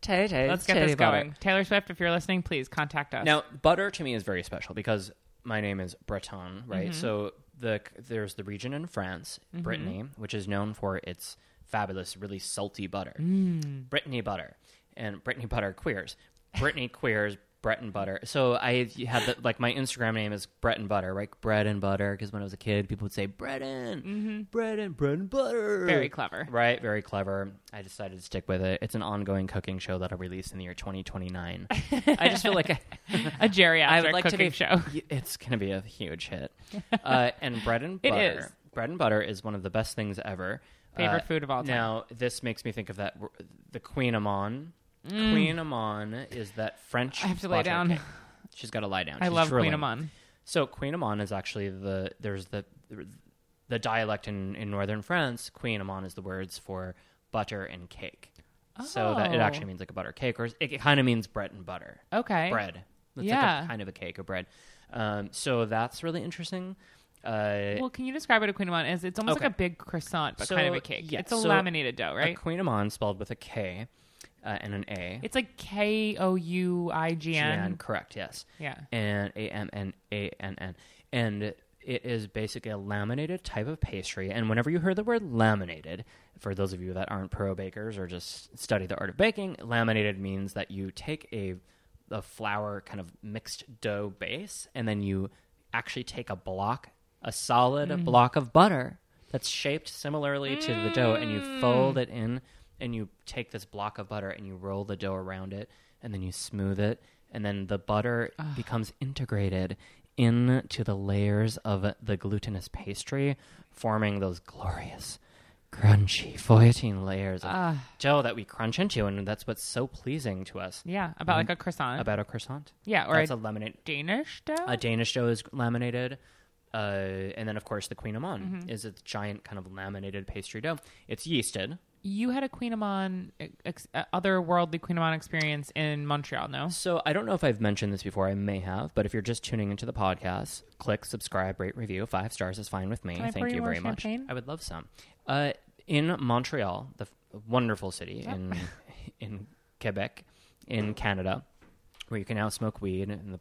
Tay Tay.
Let's get this going. Taylor Swift, if you're listening, please contact us.
Now, butter to me is very special because my name is Breton, right? So the there's the region in France, Brittany, which is known for its fabulous, really salty butter, Brittany butter, and Brittany butter queers, Brittany queers. Breton butter. So I had the, like my Instagram name is Brett and Butter, right? Bread and butter. Because when I was a kid, people would say bread and bread and bread and butter.
Very clever.
right? Very clever. I decided to stick with it. It's an ongoing cooking show that I'll release in the year 2029. I just feel like I,
A geriatric
I would like to
cooking
be. <laughs>
show. <laughs>
y- It's going to be a huge hit. Uh, and bread and
It
butter.
is.
Bread and butter is one of the best things ever. Uh,
Favorite food of all time.
Now, this makes me think of that the Queen Amon. Queen Amon is that French.
Mm. I have to lay
butter
down.
cake. She's got to lie down.
I
She's
love
drooling.
Queen Amon.
So Queen Amon is actually the there's the the dialect in, in northern France. Queen Amon is the words for butter and cake. So that it
Oh.
actually means like a butter cake, or it, it kind of means bread and butter,
Okay.
bread. It's like
Yeah.
a, kind of a cake or bread. Um, so that's really interesting. Uh,
Well, can you describe what a quinoa is? It's almost
Okay.
like a big croissant, but kind of
So,
a cake.
yeah,
It's a
so
laminated dough,
a
right?
quinamon spelled with a K uh, and an A.
it's like K O U I G
Jan,
N.
correct, yes.
Yeah.
And A M N A N N. And it is basically a laminated type of pastry. And whenever you hear the word laminated, for those of you that aren't pro bakers or just study the art of baking, laminated means that you take a a flour kind of mixed dough base and then you actually take a block, a solid block of butter that's shaped similarly to the dough and you
Mm.
fold it in and you take this block of butter and you roll the dough around it and then you smooth it and then the butter becomes integrated into the layers of the glutinous pastry forming those glorious crunchy foietine layers of dough that we crunch into and that's what's so pleasing to us
Yeah, about like a croissant.
Mm-hmm. about a croissant
yeah, or
or that's
a
a laminate
Danish dough.
a Danish dough is laminated. Uh, and then, of course, the Queen Amon
Mm-hmm.
is a giant kind of laminated pastry dough. It's yeasted.
you had a Queenamon, ex- uh, otherworldly Queenamon experience in Montreal, no?
So I don't know if I've mentioned this before. I may have. But if you're just tuning into the podcast, click, subscribe, rate, review. Five stars is fine with me.
Can I
Thank
pour
you
you more
very much.
champagne?
I would love some. Uh, in Montreal, the f- wonderful city
Oh. <laughs>
in in Quebec, in Canada, where you can now smoke weed in the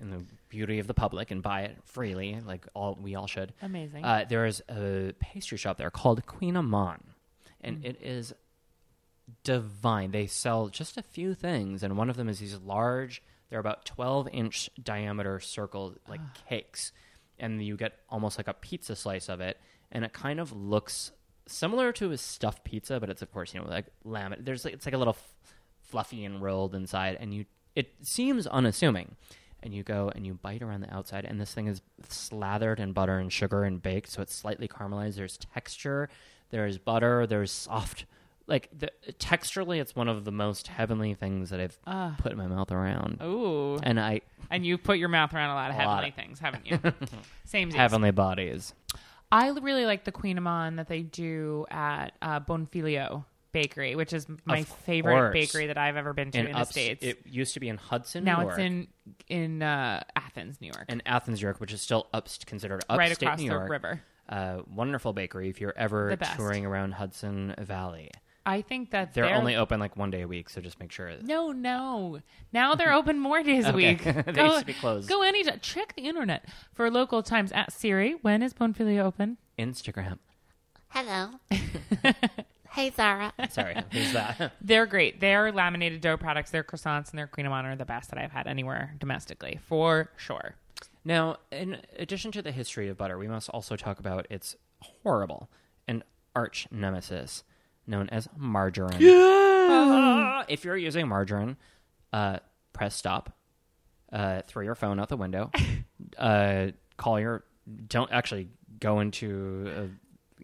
in the beauty of the public and buy it freely, like all we all should.
Amazing.
Uh, there is a pastry shop there called Queen Amon, and it is divine. They sell just a few things, and one of them is these large. They're about twelve inch diameter circles, like cakes, and you get almost like a pizza slice of it, and it kind of looks similar to a stuffed pizza, but it's of course you know like lamb. There's like it's like a little f- fluffy and rolled inside, and you it seems unassuming. And you go and you bite around the outside, and this thing is slathered in butter and sugar and baked, so it's slightly caramelized. There's texture, there's butter, there's soft, like the, texturally, it's one of the most heavenly things that I've
Ah.
put my mouth around.
Oh. Ooh.
And I
And you've put your mouth around a lot of
A lot
heavenly
of-
things, haven't
<laughs>
you? Same
heavenly bodies.
I l- really like the Queen Amon that they do at uh, Bonfilio Bakery, which is my
Of
favorite
course.
bakery that I've ever been to in, the
ups-
states.
it used to be in Hudson.
now
New
it's
York,
in in uh, Athens, New York,
in Athens, New York, which is still up considered upstate
right across
New
the
York.
river.
Uh, wonderful bakery if you're ever
The best.
touring around Hudson Valley.
I think that
They're,
their-
only open like one day a week, so just make sure.
No, no. Now
<laughs>
they're open more days a
Okay.
week.
<laughs> They used to be closed.
Go any t- check the internet for local times at Siri. When is Bonfiglio open?
Instagram.
Hello. hey, Zara.
Sorry, who's that?
They're great. Their laminated dough products, their croissants, and their cream amon are the best that I've had anywhere domestically, for sure.
Now, in addition to the history of butter, we must also talk about its horrible and arch nemesis known as margarine. Ah, if you're using margarine, uh, press stop, uh, throw your phone out the window, uh, call your don't actually go into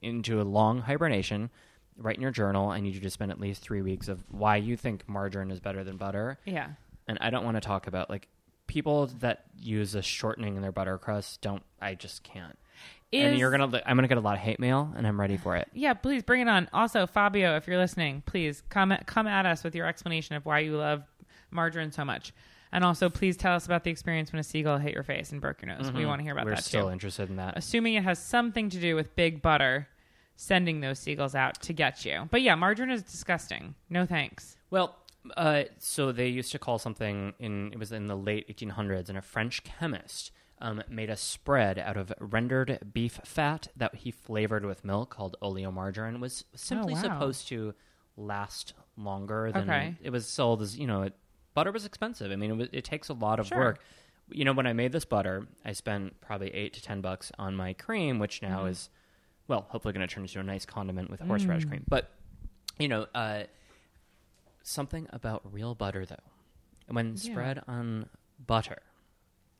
a, into a long hibernation. Write in your journal. I need you to spend at least three weeks of why you think margarine is better than butter
Yeah.
and I don't want to talk about like people that use a shortening in their butter crust. Don't I just can't. and
Is-
you're gonna, I'm gonna get a lot of hate mail, and I'm ready for it.
Yeah, please bring it on. Also, Fabio, if you're listening, please come at, come at us with your explanation of why you love margarine so much. And also, please tell us about the experience when a seagull hit your face and broke your nose. We want to hear about
Mm-hmm. We're
that
still
too.
interested in that.
assuming it has something to do with big butter sending those seagulls out to get you. But yeah, margarine is disgusting. No thanks.
Well, uh, so they used to call something in it was in the late 1800s, and a French chemist um, made a spread out of rendered beef fat that he flavored with milk called oleomargarine. Was simply
Oh, wow.
supposed to last longer than
Okay.
it was sold as. You know, it, butter was expensive. I mean, it, was, it takes a lot of
Sure.
work. You know, when I made this butter, I spent probably eight to ten bucks on my cream, which now
Mm-hmm.
is, well, hopefully going to turn into a nice condiment with horseradish
Mm.
cream. But you know, uh, something about real butter though when spread on butter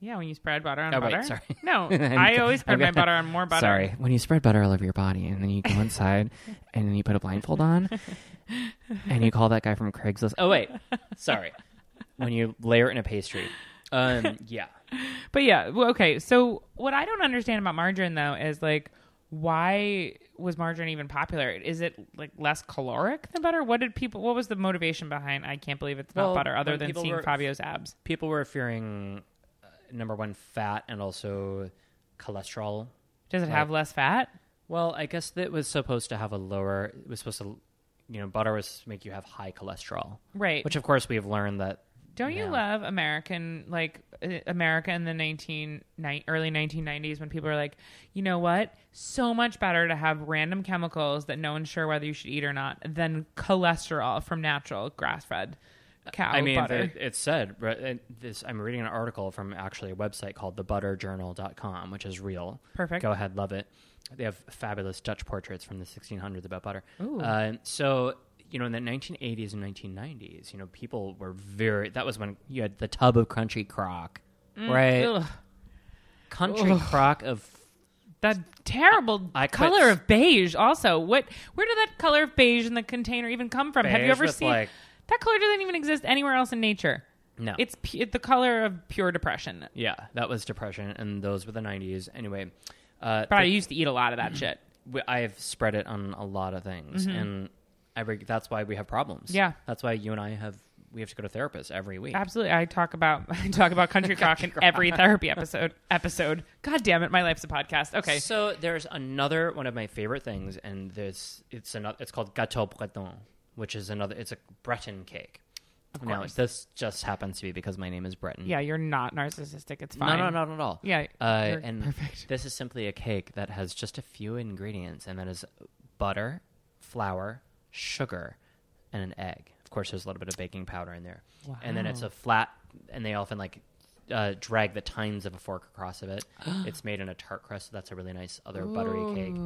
Yeah, when you spread butter on
Oh, wait,
butter.
sorry.
No,
<laughs> I'm
I
go-
always spread
I'm
my
go-
butter on more butter.
sorry when you spread butter all over your body and then you go inside and then you put a blindfold on and you call that guy from craigslist oh wait sorry when you layer it in a pastry um yeah
But yeah, well, okay. So what I don't understand about margarine though is like why was margarine even popular? Is it like less caloric than butter? What did people what was the motivation behind I can't believe it's not
Well,
butter other
when
than
people
seeing
were-
Fabio's abs?
people were fearing uh, number one fat and also cholesterol
Does it have less fat?
Well, I guess that was supposed to have a lower. It was supposed to, you know, butter was to make you have high cholesterol,
Right.
which of course we have learned that.
Don't you
Yeah.
love American like uh, America in the 19 ni- early 1990s when people are like, "You know what? So much better to have random chemicals that no one's sure whether you should eat or not than cholesterol from natural grass-fed cow
I mean,
butter."
it, it said right, and this. I'm reading an article from actually a website called thebutterjournal.com, which is real.
Perfect.
Go ahead, love it. They have fabulous Dutch portraits from the 1600s about butter.
Ooh.
Uh, so you know, in the 1980s and 1990s, you know, people were very. That was when you had the tub of Crunchy Crock, right?
Mm, Ugh,
Country Crock of
that terrible
I quit.
color of beige. Also, what? Where did that color of beige in the container even come from? Have you
Beige
ever
with,
seen
like-
that color? Doesn't even exist anywhere else in nature.
no.
It's pu- the color of pure depression.
Yeah, that was depression, and those were the '90s. Anyway, uh,
But I used to eat a lot of that
<clears throat>
shit.
we- I've spread it on a lot of things, and I reg- that's why we have problems.
Mm-hmm. Yeah.
that's why you and I have we have to go to therapists every week.
Absolutely, I talk about <laughs> I talk about
<laughs>
country crock in every therapy episode. Episode. God damn it, my life's a podcast. Okay,
So there's another one of my favorite things, and there's it's another it's called gâteau breton, which is another it's a Breton cake. Of now
course.
this just happens to be because my name is Breton.
yeah, you're not narcissistic. It's
No,
fine.
no, not at all.
Yeah,
uh,
you're
and
perfect.
this is simply a cake that has just a few ingredients, and that is butter, flour, sugar, and an egg. Of course, there's a little bit of baking powder in there, and then it's a flat. And they often like uh, drag the tines of a fork across
<gasps>
of it. it's made in a tart crust. So that's a really nice other buttery cake.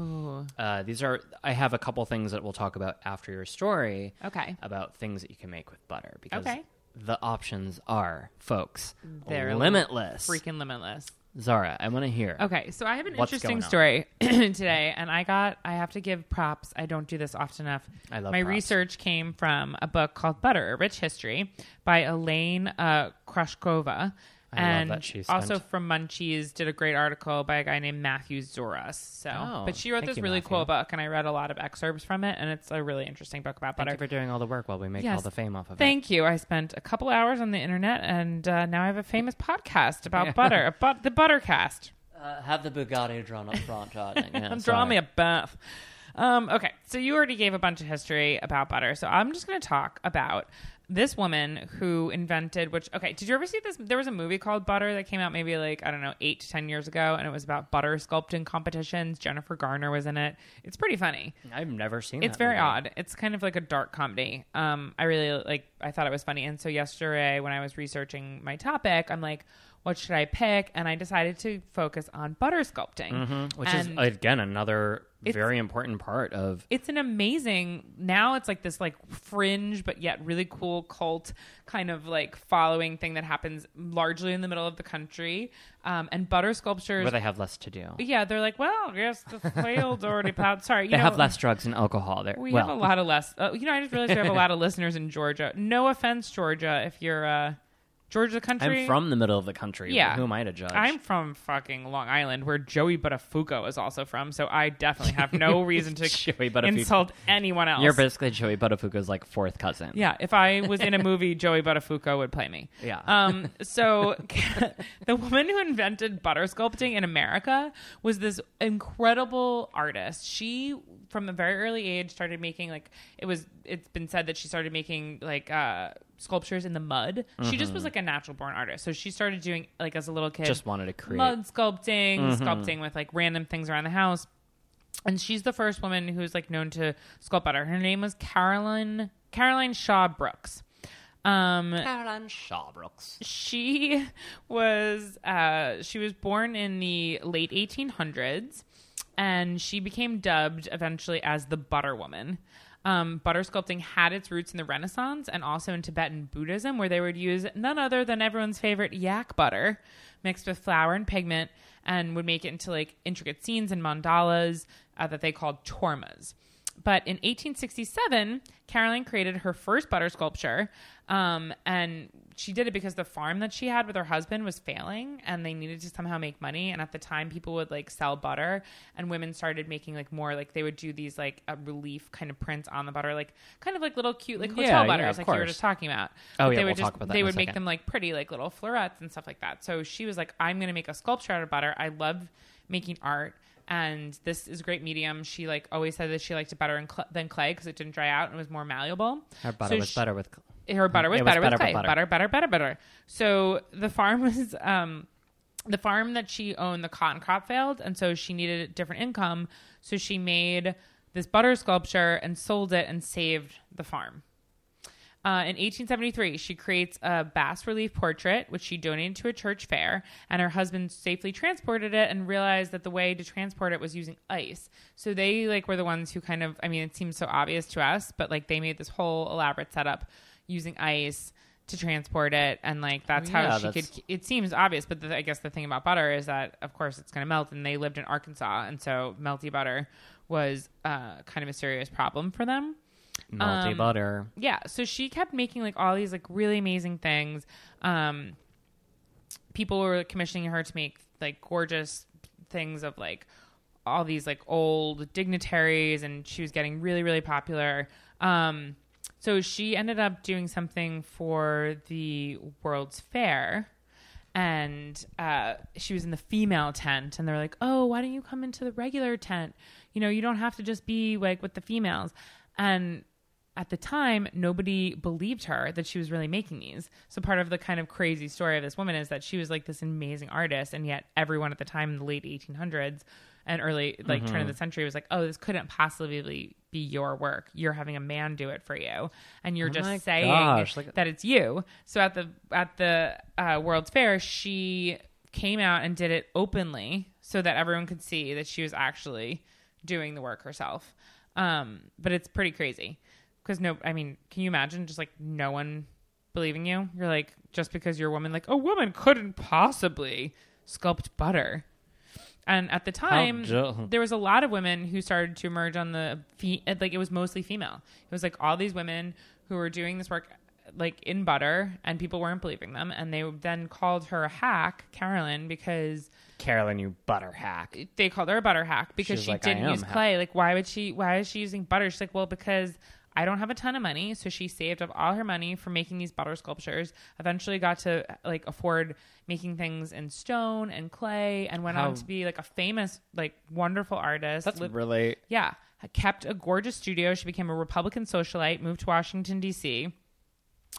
Uh, these are. I have a couple things that we'll talk about after your story
Okay.
about things that you can make with butter because
Okay.
the options are, folks,
They're
limitless.
Freaking limitless.
Zara, I want to hear.
Okay, so I have an
What's
interesting
going on?
story <clears throat> today, and I got I have to give props. I don't do this often enough.
I love
my
props.
research came from a book called Butter: A Rich History by Elaine uh, Krushkova.
I love
and
that she
also
spent-
from Munchies did a great article by a guy named Matthew Zoras. So,
Oh,
but she wrote
thank
this
you,
really
Matthew.
cool book, and I read a lot of excerpts from it, and it's a really interesting book about
Thank
butter.
you for doing all the work while we make all
Yes.
the fame off of
Thank you. I spent a couple hours on the internet, and uh, now I have a famous podcast
<laughs>
about butter, about the Buttercast.
it. Uh, have the Bugatti drawn up front.
<laughs>
Uh, yeah,
I'm
sorry.
drawing me a bath. Um, okay, so you already gave a bunch of history about butter, so I'm just going to talk about this woman who invented. Which okay, did you ever see this? There was a movie called Butter that came out maybe like I don't know eight to ten years ago, and it was about butter sculpting competitions. Jennifer Garner was in it. It's pretty funny.
I've never seen.
It's
that
very
movie.
odd. It's kind of like a dark comedy. Um, I really like. I thought it was funny, and so yesterday when I was researching my topic, I'm like, what should I pick? And I decided to focus on butter sculpting,
Which
And-
is again another
It's-
very important part of.
it's an amazing now it's like this like fringe but yet really cool cult kind of like following thing that happens largely in the middle of the country um, and butter sculptures
Where they have less to do.
yeah they're like well yes the flail's
<laughs>
already plowed sorry you
They
know,
have less drugs and alcohol there.
we
well,
have a lot of less uh, you know i just realized we have a
<laughs>
lot of listeners in georgia no offense georgia if you're uh georgia the country
I'm from the middle of the country.
Yeah.
Who am I to judge?
I'm from fucking Long Island, where Joey Buttafuoco is also from, so I definitely have
<laughs>
no reason
Joey
to
Buttafuoco.
insult anyone else.
You're basically Joey Buttafuoco's like fourth cousin.
Yeah, if I was in a movie, <laughs> Joey Buttafuoco would play me.
Yeah.
Um. So <laughs> the woman who invented butter sculpting in America was this incredible artist. She, from a very early age, started making like it was. It's been said that she started making like uh, sculptures in the mud. She just was like a natural born artist. So she started doing like as a little kid,
Just wanted to create. Mm-hmm.
mud sculpting, sculpting with like random things around the house. And she's the first woman who's like known to sculpt butter. Her name was Caroline Caroline Shaw Brooks. Um,
Caroline Shawbrooks.
she was uh, she was born in the late 1800s, and she became dubbed eventually as the Butter Woman. Um, butter sculpting had its roots in the Renaissance and also in Tibetan Buddhism, where they would use none other than everyone's favorite yak butter mixed with flour and pigment, and would make it into like intricate scenes and mandalas uh, that they called tormas. But in 1867, Caroline created her first butter sculpture. Um, and she did it because the farm that she had with her husband was failing and they needed to somehow make money. And at the time, people would like sell butter and women started making like more like they would do these like a relief kind of prints on the butter, like kind of like little cute like hotel
Yeah, yeah,
butters,
of
like you were
course.
just talking about.
Oh,
But they
yeah,
would
we'll
just,
talk about that
They
in a
would make
second.
them like pretty like little florets and stuff like that. So she was like, I'm going to make a sculpture out of butter. I love making art and this is a great medium. She like always said that she liked it better in cl- than clay because it didn't dry out and was more malleable.
Her butter
So
was
she-
better with. cl-
her butter was
It was
better with
better with
clay. Butter.
butter.
butter, butter, butter, So the farm <laughs> was um the farm that she owned, the cotton crop failed, and so she needed a different income. So she made this butter sculpture and sold it and saved the farm. Uh, in 1873, she creates a bas relief portrait, which she donated to a church fair, and her husband safely transported it and realized that the way to transport it was using ice. So they like were the ones who kind of, I mean, it seems so obvious to us, but like they made this whole elaborate setup using ice to transport it, and like that's how
Yeah,
she
that's-
could. It seems obvious, but the, I guess the thing about butter is that, of course, it's going to melt, and they lived in Arkansas, and so melty butter was uh, kind of a serious problem for them.
Melty
Um,
butter.
Yeah, so she kept making like all these like really amazing things. Um people were commissioning her to make like gorgeous things of like all these like old dignitaries and she was getting really really popular. Um so she ended up doing something for the World's Fair and uh, she was in the female tent and they're like oh why don't you come into the regular tent you know you don't have to just be like with the females and at the time nobody believed her that she was really making these so part of the kind of crazy story of this woman is that she was like this amazing artist and yet everyone at the time in the late 1800s and early like turn of
Mm-hmm.
the century was like oh this couldn't possibly be your work you're having a man do it for you and you're
Oh my
just saying
gosh, like-
that it's you. So at the at the uh, World's Fair, she came out and did it openly so that everyone could see that she was actually doing the work herself. Um, but it's pretty crazy because no, I mean, can you imagine just like no one believing you? You're like just because you're a woman, like a woman couldn't possibly sculpt butter. And at the time,
jo-
there was a lot of women who started to emerge on the fe- like it was mostly female. It was like all these women who were doing this work like in butter, and people weren't believing them, and they then called her a hack, Carolyn, because
Carolyn, you butter hack.
they called her a butter hack because
She's
she
like, "I
didn't
am
use
hack."
clay. Like, why would she? Why is she using butter? She's like, well, because I don't have a ton of money, so she saved up all her money for making these butter sculptures. Eventually, got to like afford making things in stone and clay, and went
How-
on to be like a famous, like wonderful artist.
That's
Lived-
really
yeah, kept a gorgeous studio. She became a Republican socialite, moved to Washington D.C.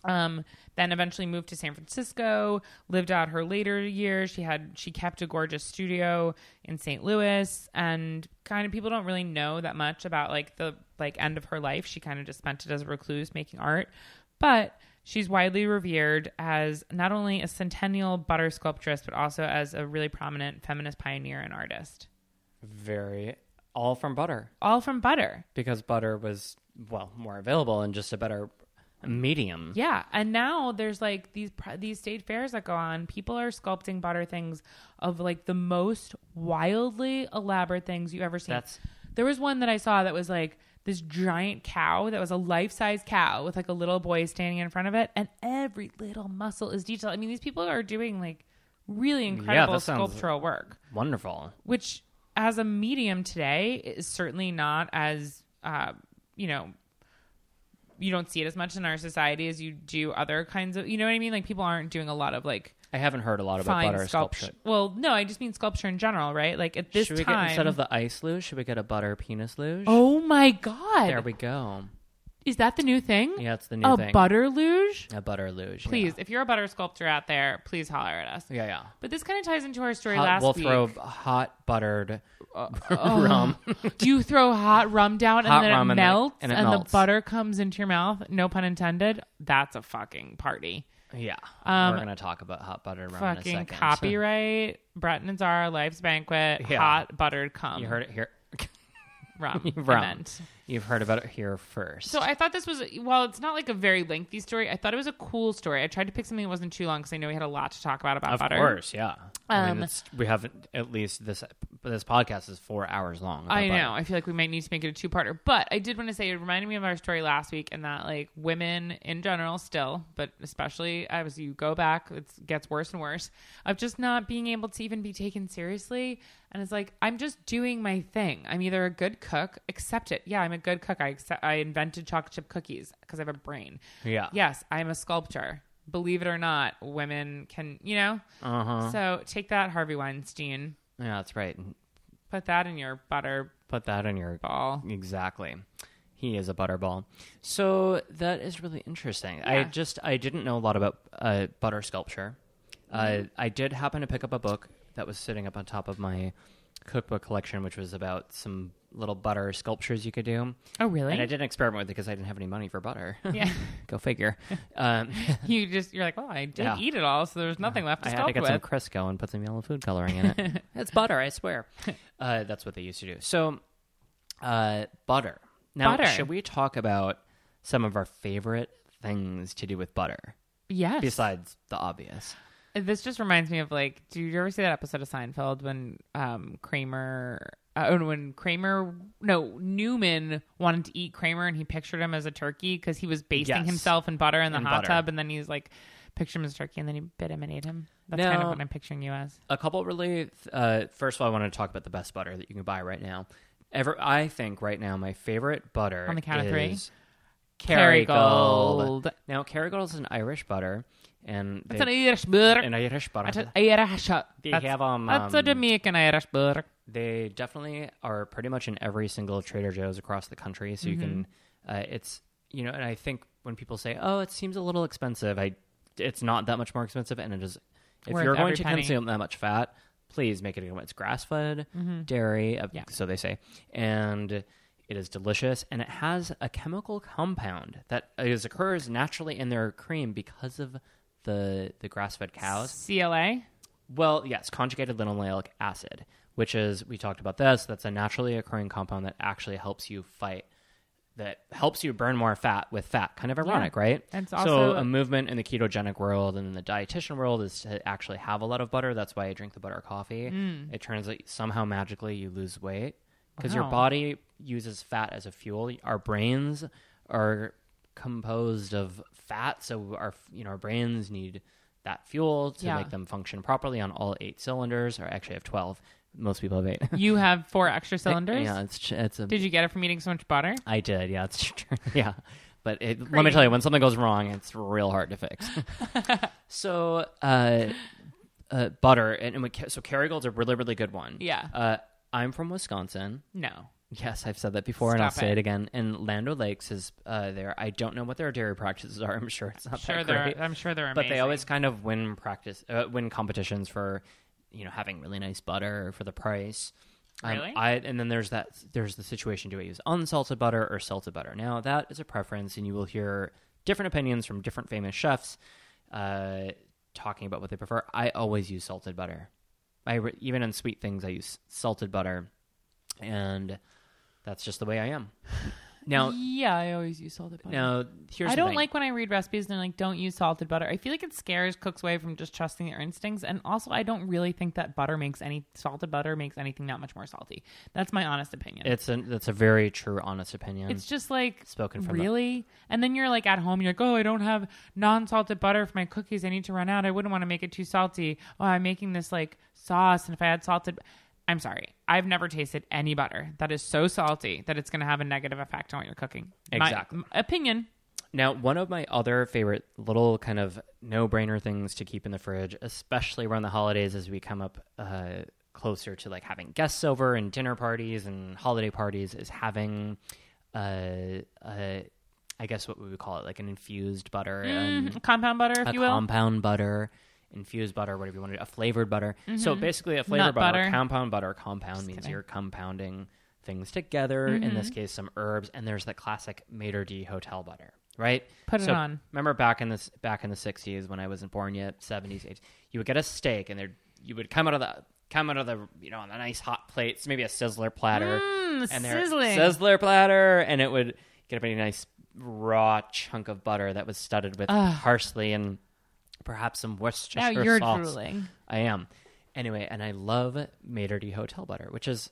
Um, then eventually moved to San Francisco, lived out her later years. She had she kept a gorgeous studio in St. Louis, and kind of people don't really know that much about like the like end of her life. She kind of just spent it as a recluse making art, but she's widely revered as not only a centennial butter sculptress but also as a really prominent feminist pioneer and artist.
very all from butter
All from butter.
because butter was well more available and just a better medium.
Yeah, and now there's like these pr- these state fairs that go on. People are sculpting butter things of like the most wildly elaborate things you've ever seen.
That's-
there was one that I saw that was like this giant cow that was a life size cow with like a little boy standing in front of it, and every little muscle is detailed. I mean, these people are doing like really incredible
that sounds-
sculptural work
Wonderful.
which as a medium today is certainly not as uh, you know you don't see it as much in our society as you do other kinds of you know what i mean like people aren't doing a lot of like
I haven't heard a lot about
fine
butter
sculpture.
sculpture.
well no i just mean sculpture in general right like at this
should we
time
get instead of the ice luge? Should we get a butter penis luge?
oh my
there
god
we go.
is that the new thing
Yeah, it's the new
a
thing.
butter luge
A butter luge.
please if you're a butter sculptor out there please holler at us
Yeah, yeah. yeah.
but this kind of ties into our story
Hot-
last
we'll
week Um,
throw hot buttered uh,
<laughs>
<laughs> rum.
Do you throw hot rum down and
Hot
then
rum
it
and then-
melts and,
and it melts.
the butter comes into your mouth? No pun intended. That's a fucking party.
Yeah, we're gonna talk about hot buttered rum in a
um, Fucking
second.
copyright. Brett and Zara, Life's Banquet,
Yeah.
hot buttered cum.
You heard it here. <laughs>
rum. I
Rum.
meant.
You've heard about it here first.
So I thought this was, while it's not like a very lengthy story, I thought it was a cool story. I tried to pick something that wasn't too long because I know we had a lot to talk about about
of
butter.
course, yeah. I
Um,
mean, it's, we haven't at least this this podcast is four hours long. about
I
butter.
know. I feel like we might need to make it a two parter. But I did want to say it reminded me of our story last week and that like women in general still, but especially as you go back, it gets worse and worse of just not being able to even be taken seriously. And it's like, I'm just doing my thing. I'm either a good cook, accept it. Yeah, I'm a good cook. I accept, I invented chocolate chip cookies because I have a brain.
Yeah.
Yes, I'm a sculptor. Believe it or not, women can, you know?
Uh huh.
So take that, Harvey Weinstein.
Yeah, that's right.
Put that in your butter
Put that in your
ball.
Exactly. He is a butterball. So that is really interesting. I
Yeah.
just I didn't know a lot about uh, butter sculpture.
Mm-hmm.
Uh, I did happen to pick up a book that was sitting up on top of my cookbook collection, which was about some little butter sculptures you could do.
Oh, really?
And I didn't experiment with it because I didn't have any money for butter.
<laughs> Yeah.
<laughs> Go figure. Um, <laughs>
You just you're like, well, I did
Yeah.
eat it all, so there's nothing left to
I had
sculpt
to get
with.
some Crisco and put some yellow food coloring in it.
<laughs>
it's butter, I swear. <laughs> Uh, that's what they used to do. So, uh, butter. Now,
Butter.
should we talk about some of our favorite things to do with butter
yes.
besides the obvious?
This just reminds me of like, do you ever see that episode of Seinfeld when um Kramer uh, oh, when Kramer no Newman wanted to eat Kramer and he pictured him as a turkey because he was basting
Yes.
himself in butter in the
In
hot
butter.
tub and then he's like pictured him as a turkey and then he bit him and ate him. That's kind
No.
of what I'm picturing you as.
A couple really. Uh, first of all, I want to talk about the best butter that you can buy right now. Ever, I think right now my favorite butter
On the count of three.
is Kerrygold.
Kerrygold.
Now, Kerrygold is an Irish butter, and
That's
they,
an Irish butter.
an Irish butter.
That's an Irish.
They
that's,
have, um,
that's
um,
a Jamaican Irish butter.
They definitely are pretty much in every single Trader Joe's across the country. So you can,
Mm-hmm.
uh, it's you know, and I think when people say, "Oh, it seems a little expensive," I, it's not that much more expensive, and it is. If
Worth
you're going
every
to
penny.
consume that much fat, please make it it's grass fed,
Mm-hmm.
dairy, uh, so they say, and it is delicious, and it has a chemical compound that is occurs naturally in their cream because of the the grass fed cows.
CLA.
Well, yes, conjugated linoleic acid, which is we talked about this. That's a naturally occurring compound that actually helps you fight that helps you burn more fat with fat. Kind of ironic, right?
It's
so
also-
a movement in the ketogenic world and in the dietitian world is to actually have a lot of butter. That's why I drink the butter coffee. It turns out somehow magically you lose weight because your
Mm. Wow.
body uses fat as a fuel. Our brains are composed of fat, so our you know our brains need that fuel to
Yeah.
make them function properly on all eight cylinders. Or actually, I have twelve. Most people have eight <laughs>
You have four extra cylinders.
Yeah, it's it's a
Did you get it from eating so much butter?
I did, yeah. It's <laughs> true. yeah. But it, let me tell you, when something goes wrong, it's real hard
<laughs>
to fix. so, uh, uh, butter and, and we, ca- so Kerrygold's a really, really good one.
Yeah.
Uh, I'm from Wisconsin.
No.
Yes, I've said that before, and I'll
Stop
say it
it.
again. And Lando Lakes is uh, there. I don't know what their dairy practices are. I'm sure it's not
Sure,
that
they're.
great.
I'm sure they're.
but
Amazing.
they always kind of win practice, uh, win competitions for, you know, having really nice butter for the price. Um,
Really?
I and then there's that there's the situation: do I use unsalted butter or salted butter? Now that is a preference, and you will hear different opinions from different famous chefs, uh, talking about what they prefer. I always use salted butter. I re- even in sweet things, I use salted butter, and that's just the way I am.
<sighs>
Now,
Yeah, I always use salted butter.
now here's
I
the
don't
thing.
like when I read recipes and they're like, don't use salted butter. I feel like it scares cooks away from just trusting their instincts. And also, I don't really think that butter makes any salted butter makes anything that much more salty. That's my honest opinion.
it's an that's a very true, honest opinion.
It's just like
Spoken from the-
really, and then you're like at home. You're like, oh, I don't have non-salted butter for my cookies. I need to run out. I wouldn't want to make it too salty. Oh, I'm making this like sauce, and if I had salted, I'm sorry, I've never tasted any butter that is so salty that it's going to have a negative effect on what you're cooking. My-
Exactly.
m- opinion.
Now, one of my other favorite little kind of no brainer things to keep in the fridge, especially around the holidays as we come up uh, closer to like having guests over and dinner parties and holiday parties, is having, uh, uh, I guess what we would call it, like an infused butter, um,
Compound butter, if
a
you will.
compound butter, infused butter, whatever you want to do, a flavored butter. So basically, a
Mm-hmm. Nut
flavored butter,
butter.
compound butter, compound means you're compounding things together. In
Mm-hmm.
this case, some herbs, and there's the classic maitre d' hotel butter, right?
Put it on.
Remember back in this back in the '60s when I wasn't born yet, '70s, '80s, you would get a steak, and there you would come out of the come out of the you know on a nice hot plates, maybe a sizzler platter,
Mm.
and there-
sizzling.
sizzler platter, and it would get a pretty nice raw chunk of butter that was studded with parsley and perhaps some Worcestershire
now you're
sauce.
drooling.
I am. Anyway, and I love maitre d' hotel butter, which is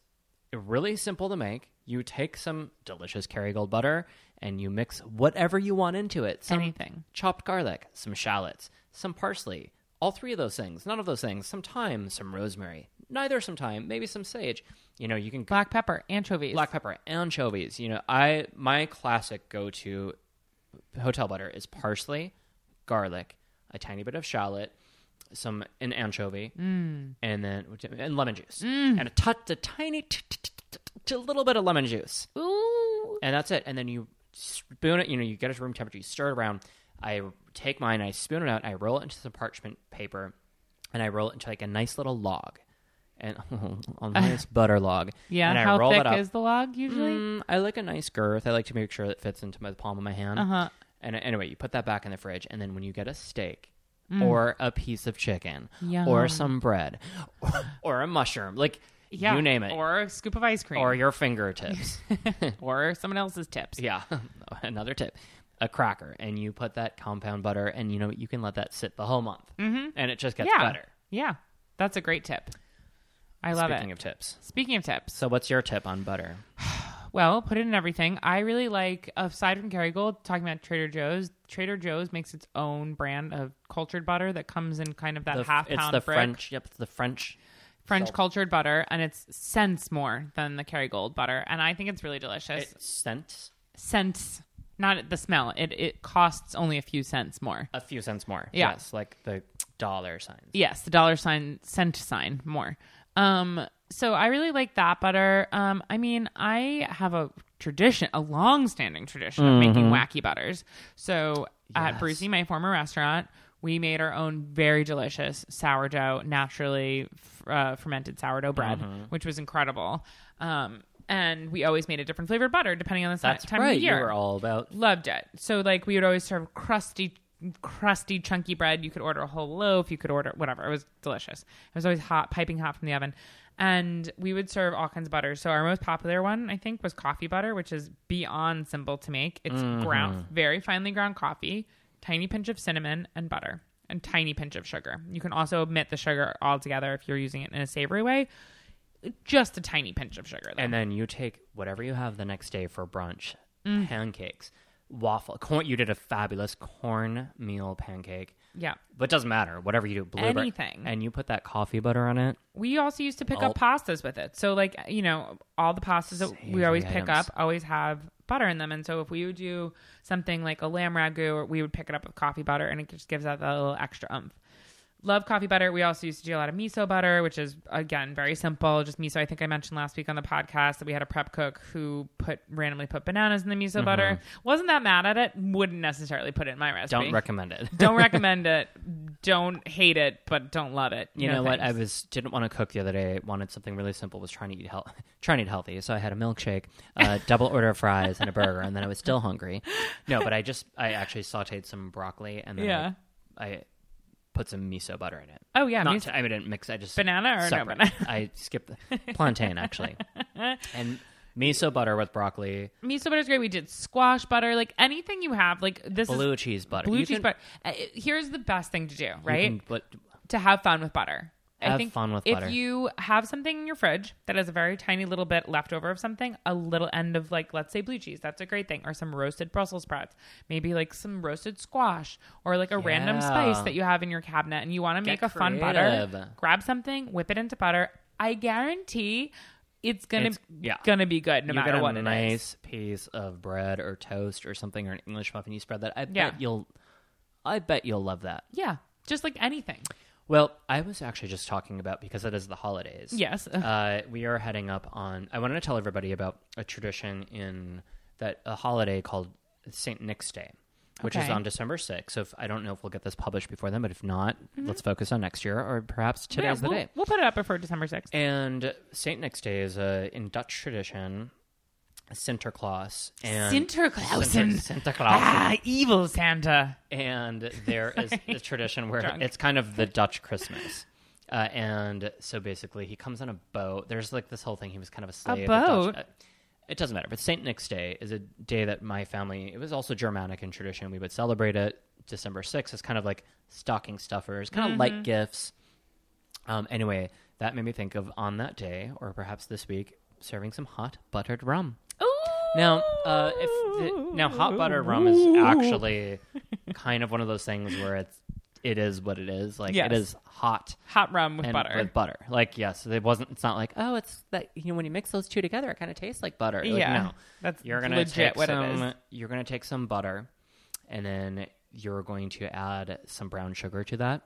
really simple to make. You take some delicious Kerrygold butter and you mix whatever you want into it. Some
Anything.
Chopped garlic, some shallots, some parsley. All three of those things. None of those things. Some thyme, some rosemary. Neither some thyme, maybe some sage. You know, you can
Black pepper, anchovies.
black pepper, anchovies. You know, I my classic go-to hotel butter is parsley, garlic, a tiny bit of shallot, some an anchovy,
Mm.
and then and lemon juice, and a tut a tiny, t- t- t- t- t- little bit of lemon juice,
Ooh.
and that's it. And then you spoon it. You know, you get it to room temperature. You stir it around. I take mine. I spoon it out. I roll it into some parchment paper, and I roll it into like a nice little log, and <laughs>
<laughs>
a nice butter log.
Yeah.
And I
How
roll
thick
it up.
is the log usually?
Mm, I like a nice girth. I like to make sure it fits into my, the palm of my hand.
Uh-huh.
And anyway, you put that back in the fridge, and then when you get a steak or a piece of chicken or
Mm. Yum.
some bread <laughs> or, or a mushroom, like
Yeah.
you name it,
Or a scoop of ice cream. <laughs>
or your fingertips,
or someone else's tips.
yeah, <laughs> another tip, a cracker, and you put that compound butter, and you know you can let that sit the whole month, mm-hmm. and it just gets
yeah.
better.
Yeah. That's a great tip. I love
Speaking
it.
of tips,
Speaking of tips,
so what's your tip on butter?
Well, put it in everything. I really like, aside from Kerrygold, talking about Trader Joe's. Trader Joe's makes its own brand of cultured butter that comes in kind of that
The-
half
it's
pound
the
brick
French. Yep, it's the French.
French cultured butter, and it's cents more than the Kerrygold butter, and I think it's really delicious.
It scents
cents, not the smell. It it costs only a few cents more.
a few cents more.
Yeah.
Yes, like the dollar signs.
Yes, the dollar sign cent sign more. Um so I really like that butter. Um I mean, I have a tradition, a long-standing tradition of
Mm-hmm.
making wacky butters. So at Brucey, my former restaurant, we made our own very delicious sourdough, naturally f- uh, fermented sourdough bread,
Mm-hmm.
which was incredible. Um and we always made a different flavored butter depending on the si-
That's
time
right.
of the year
You were all about
loved it. So like we would always serve crusty, crusty, chunky bread. You could order a whole loaf. You could order whatever. It was delicious. It was always hot, piping hot from the oven. And we would serve all kinds of butter. So our most popular one, I think, was coffee butter, which is beyond simple to make. It's ground, very finely ground coffee, tiny pinch of cinnamon and butter, and tiny pinch of sugar. You can also omit the sugar altogether if you're using it in a savory way. Just a tiny pinch of sugar. Though.
and then you take whatever you have the next day for brunch, pancakes, waffle, corn you did a fabulous cornmeal pancake.
yeah.
But it doesn't matter, whatever you do, blueberry
Anything.
And you put that coffee butter on it.
we also used to pick
All-
up pastas with it. So like you know, all the pastas that we always pick
items.
up always have butter in them. And so if we would do something like a lamb ragu, we would pick it up with coffee butter, and it just gives that that little extra umph. Love coffee butter. We also used to do a lot of miso butter, which is again very simple. Just miso. I think I mentioned last week on the podcast that we had a prep cook who put randomly put bananas in the
Mm-hmm.
miso butter. Wasn't that mad at it? Wouldn't necessarily put it in my recipe.
Don't recommend it.
Don't recommend it. Don't hate it, but don't love it.
<laughs> You know what?
thanks.
I was didn't want to cook the other day. Wanted something really simple. Was trying to eat health, <laughs> trying to eat healthy. So I had a milkshake, <laughs> a double order of fries, and a burger. And then I was still hungry. No, but I just I actually sautéed some broccoli and then
Yeah.
I, I put some miso butter in it.
Oh yeah,
Not
miso-
t- I didn't mix. I just
Banana or no
separate.
banana? <laughs>
I skipped the plantain actually, and miso butter with broccoli,
miso butter is great. We did squash butter, like anything you have. Like this
blue
is
cheese butter,
blue
You
cheese
can-
butter. Uh, it- Here's the best thing to do,
you
right?
can put-
to have fun with butter. I
Have
think
fun with
if
butter.
you have something in your fridge that has a very tiny little bit left over of something, a little end of like let's say blue cheese, that's a great thing, or some roasted Brussels sprouts, maybe like some roasted squash, or like a random
Yeah.
spice that you have in your cabinet, and you want to make a fun butter.
creative.
Grab something, whip it into butter. I guarantee it's gonna
It's- yeah.
gonna be good no
you
matter
get a
what it is.
nice piece of bread or toast or something or an English muffin. You spread that. I bet
Yeah.
you'll, I bet you'll love that.
Yeah, just like anything.
Well, I was actually just talking about because it is the holidays.
Yes.
uh, we are heading up on. I wanted to tell everybody about a tradition in that a holiday called Saint Nick's Day, which is
Okay.
on December sixth. So if, I don't know if we'll get this published before then, but if not, let's focus on next year or perhaps
Mm-hmm. Yeah,
today's the
we'll,
day.
we'll put it up before December 6th.
And Saint Nick's Day is a in Dutch tradition, Sinterklaas and
Sinterklausen.
Sinter- Sinterklausen
Ah, evil Santa.
and there is a tradition where it's kind of the Dutch Christmas. Uh, and so basically, he comes on a boat. There's like this whole thing. He was kind of a slave. of
boat?
Dutch, uh, it doesn't matter. But Saint Nick's Day is a day that my family. It was also Germanic in tradition. We would celebrate it December 6th as kind of like stocking stuffers, kind of light gifts. Um, anyway, that made me think of on that day, or perhaps this week, serving some hot buttered rum. Now, uh, if the, now hot butter rum is actually kind of one of those things where it's it is what it is. Like
Yes.
it is hot
Hot rum with
and
butter.
With butter, like yes, it wasn't. It's not like oh, it's that you know when you mix those two together, it kind of tastes like butter. Like,
Yeah.
no.
That's
you're gonna
legit
take
what it
some.
is.
You're gonna
<gasps>
take some butter, and then you're going to add some brown sugar to that,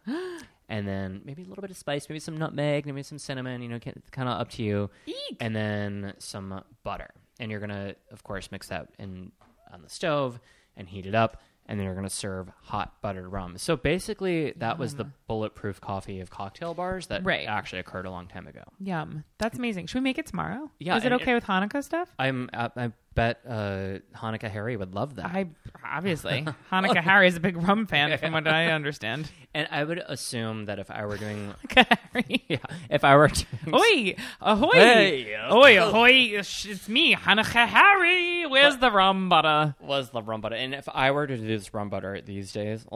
and then maybe a little bit of spice, maybe some nutmeg, maybe some cinnamon. You know, kind of up to you.
Eek.
And then some butter, and you're gonna, of course, mix that in on the stove and heat it up. And then you're gonna serve hot buttered rum. So basically, that was the bulletproof coffee of cocktail bars that
Right.
actually occurred a long time ago.
Yum. That's amazing. Should we make it tomorrow?
Yeah,
Is it
and-
okay with Hanukkah stuff?
I'm, I, I bet uh, Hanukkah Harry would love that.
I
<laughs>
obviously Hanukkah Harry is a big rum fan, from what I understand.
and I would assume that if I
<laughs>
were doing, <laughs>
Hanukkah Harry.
yeah, if
<laughs>
I were to,
Oi, ahoy!
Hey,
Oi, ahoy! Sh- It's me, Hanukkah Harry. Where's the rum butter?
was the rum butter, and if I were to do this rum butter these days, <laughs>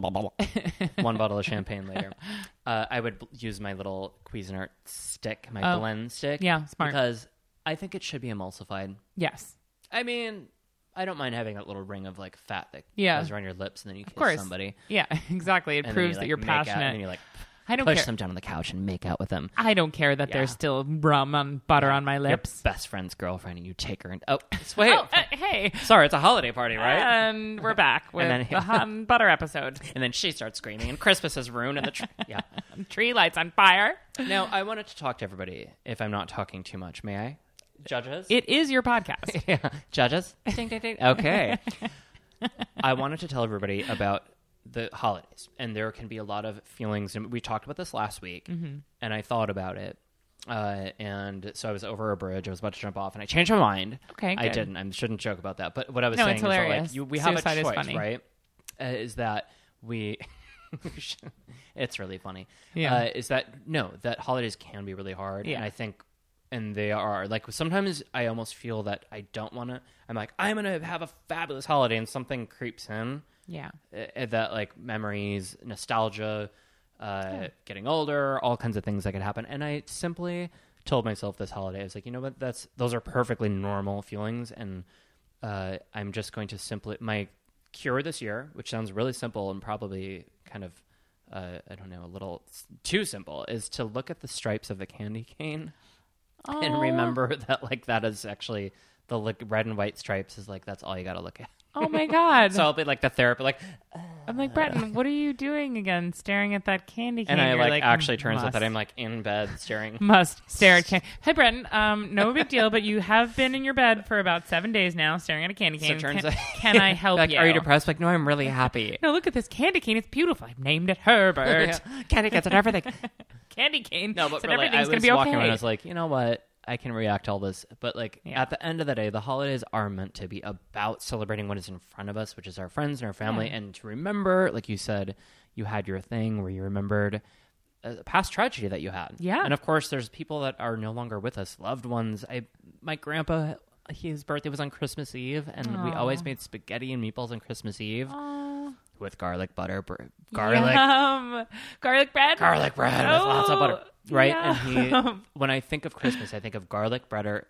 one bottle of champagne
<laughs>
later, uh, I would bl- use my little Cuisinart stick, my
Oh.
blend stick,
Yeah, smart.
because I think it should be emulsified.
Yes.
I mean, I don't mind having that little ring of like fat that
Yeah.
goes around your lips, and then you kiss
course.
somebody.
Yeah, <laughs> exactly. It
And then
proves
you,
that
like,
you're
make out, and
passionate.
then you like
I don't
push
care.
them down on the couch and make out with them.
I don't care that there's still rum on butter on my
your
lips.
best friend's girlfriend and you take her and oh it's-
<laughs>
wait
Oh, uh, hey.
sorry it's a holiday party right
And we're
<laughs>
back with
then-
the hum butter episode.
and then she starts screaming and christmas is ruined and the tr- yeah
Tree lights on fire.
now i wanted to talk to everybody if i'm not talking too much may i judges
It is your
<laughs>
podcast.
yeah judges ding, ding, ding. okay
<laughs>
i wanted to tell everybody about the holidays and there can be a lot of feelings and we talked about this last week
Mm-hmm.
and i thought about it uh, and so I was over a bridge. I was about to jump off, and I changed my mind.
Okay,
I
good.
didn't. I shouldn't joke about that. But what I was
No,
saying
it's
is that, like
hilarious.
you, we have
Suicide
a
is
choice,
funny.
right? right, uh, is that we. <laughs> it's really funny.
Yeah.
Uh, is that no? That holidays can be really hard,
Yeah.
and I think, and they are like sometimes I almost feel that I don't want to. I'm like I'm gonna have a fabulous holiday, and something creeps in
Yeah.
uh, that like memories, nostalgia, uh, getting older, all kinds of things that could happen. And I simply told myself this holiday, I was like, you know what? That's those are perfectly normal feelings, and uh, I'm just going to simply my cure this year, which sounds really simple and probably kind of. Uh, I don't know, a little s- too simple is to look at the stripes of the candy cane <laughs> and remember <laughs> that, like, that is actually the like, red and white stripes is like, that's all you got to look at. <laughs>
Oh my God.
So I'll be like the therapist, like,
I'm like, Breton, what are you doing again? Staring at that candy cane.
and I
You're
like, actually turns out
must,
that I'm like in bed
<laughs>
staring.
Must stare at candy. Hey, Breton, um, no big deal, but you have been in your bed for about seven days now staring at a candy
so
cane.
it turns
can,
out,
<laughs> can
<laughs>
I help
like,
you?
Are you depressed? Like, no, I'm
<laughs>
really happy.
No, look at this candy cane. It's beautiful. I've named it Herbert.
<laughs> Candy gets and everything.
Candy cane.
No, but
said
really, I
everything's
was
gonna be
walking
okay.
around. I was like, you know what? I can react to all this, but like
Yeah.
at the end of the day, the holidays are meant to be about celebrating what is in front of us, which is our friends and our family, and to remember, like you said, you had your thing where you remembered uh, a past tragedy that you had.
Yeah.
and of course, there's people that are no longer with us, loved ones. I, my grandpa, his birthday was on Christmas Eve, and we always made spaghetti and meatballs on Christmas Eve with garlic butter, br- garlic
Yum. garlic bread.
garlic bread with lots of butter.
Oh,
Right?
<laughs>
And
yum.
he, when I think of Christmas, I think of garlic butter,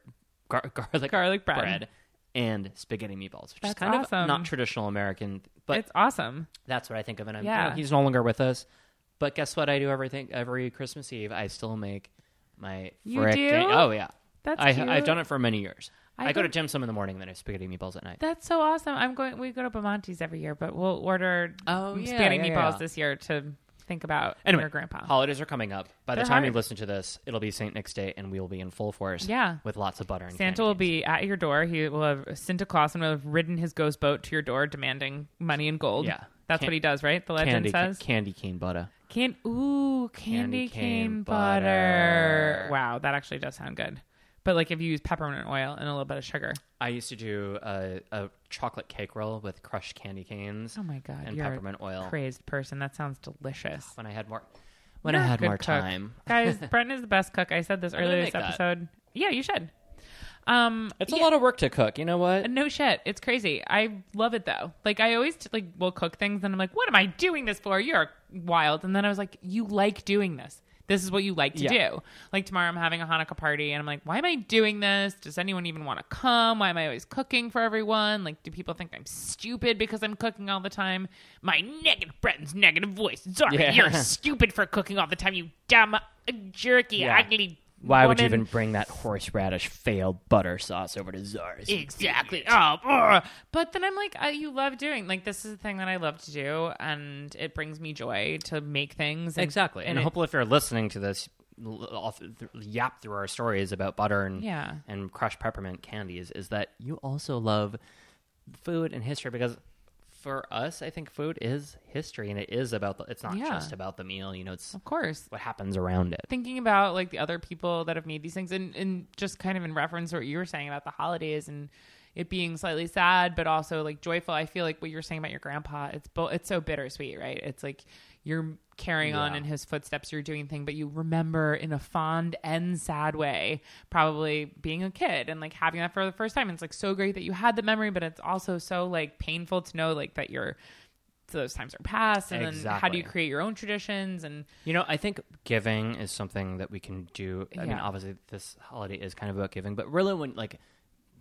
gar- <laughs> garlic,
Garlic bread.
and spaghetti meatballs, which
That's
is kind
awesome.
of not traditional American, but
It's awesome.
that's what I think of. And I'm, you
Yeah.
know, he's no longer with us. But guess what? I do everything every Christmas Eve. I still make my
You
frickin-
do?
Oh yeah,
That's
I,
cute.
I've done it for many years.
I
I, go to
don't-
gym some in the morning, then I have spaghetti meatballs at night.
That's so awesome. I'm going. We go to Bamonti's every year, but we'll order
Oh, yeah,
spaghetti
yeah,
meatballs
yeah.
this year to think about
Anyway,
your grandpa.
holidays are coming up. By
They're
the time you
hard.
listen to this, it'll be Saint Nick's Day, and we will be in full force.
Yeah.
with lots of butter and
Santa
candy
will
canes.
be at your door. He will have Santa Claus and will have ridden his ghost boat to your door, demanding money and gold.
Yeah.
that's
Can-
what he does, right? The legend
candy,
says.
candy cane butter.
Can ooh candy,
Candy
cane,
cane
butter.
butter.
Wow, that actually does sound good. But like if you use peppermint oil and a little bit of sugar.
I used to do a, a chocolate cake roll with crushed candy canes.
Oh my god,
And
you're a
peppermint oil.
Crazed person. That sounds delicious.
When I had more, when
You're
I
a
had
good
more
cook.
time. <laughs>
Guys, Brenton is the best cook. I said this
gonna
earlier this
make that.
episode. Yeah, you should. Um
It's a lot of work to cook. You know what?
Uh, no shit. It's crazy. I love it though. Like I always like will cook things and I'm like, "What am I doing this for? You're wild." And then I was like, "You like doing this. This is what you like to
Yeah.
do." Like tomorrow I'm having a Hanukkah party and I'm like, "Why am I doing this? Does anyone even want to come? Why am I always cooking for everyone? Like do people think I'm stupid because I'm cooking all the time? My negative friend's negative voice. Sorry,
Yeah. <laughs>
you're stupid for cooking all the time, you dumb jerky
Yeah.
ugly
Why
What
would you
an-
even bring that horseradish failed butter sauce over to Zara's? <laughs>
Exactly. Oh, brr. but then I'm like, I, you love doing like this is the thing that I love to do, and it brings me joy to make things. And,
Exactly. And,
it-
hopefully, if you're listening to this, l- off- th- yap through our stories about butter and
Yeah.
and crushed peppermint candies, is that you also love food and history because for us, I think food is history and it is about the, it's not
Yeah.
just about the meal. You know, it's
of course,
what happens around it.
thinking about like the other people that have made these things, and and just kind of in reference to what you were saying about the holidays and it being slightly sad but also like joyful. I feel like what you were saying about your grandpa, it's bo- it's so bittersweet, right? It's like you're carrying on
Yeah.
in his footsteps, you're doing thing, but you remember in a fond and sad way, probably being a kid and like having that for the first time. And it's like so great that you had the memory, but it's also so like painful to know like that you're so those times are past and then how do
Exactly.
you create your own traditions and
You know, I think giving is something that we can do. I mean,
Yeah.
obviously, this holiday is kind of about giving, but really, when like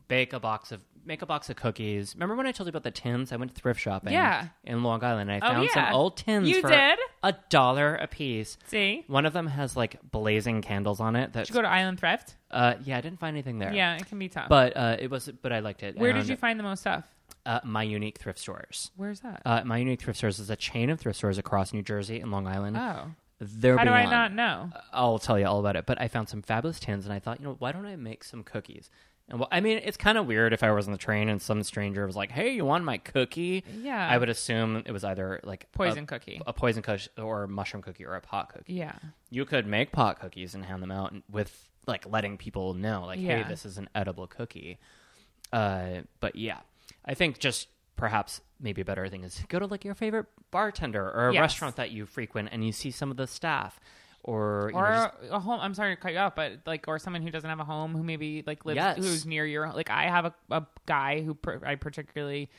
bake a box of make a box of cookies. Remember when I told you about the tins? I went thrift shopping,
Yeah.
in Long Island. And I
Oh,
found
yeah.
some old tins.
You
for
did?
a dollar a piece.
See?
one of them has like blazing candles on it. That
Did you go to Island Thrift?
uh, yeah, I didn't find anything there.
Yeah, it can be tough.
but uh, it was but I liked it.
where
And,
did you find the most stuff?
uh, my unique thrift stores?
Where's that?
Uh, my unique thrift stores is a chain of thrift stores across New Jersey and Long Island.
oh,
They're
how do I not
beyond-
know?
I'll tell you all about it. But I found some fabulous tins, and I thought, you know, why don't I make some cookies? And well, I mean, it's kind of weird if I was on the train and some stranger was like, "Hey, you want my cookie?"
Yeah.
I would assume it was either like a-
Poison cookie.
a poison cookie, or a mushroom cookie, or a pot cookie.
Yeah,
You could make pot cookies and hand them out with like letting people know, like,
Yeah.
"Hey, this is an edible cookie." Uh, but yeah, I think just perhaps maybe a better thing is go to like your favorite bartender or a
Yes.
restaurant that you frequent, and you see some of the staff. Or, you know,
or
just-
a home. I'm sorry to cut you off, but like, or someone who doesn't have a home who maybe like lives
Yes.
who's near your like. I have a, a guy who per, I particularly.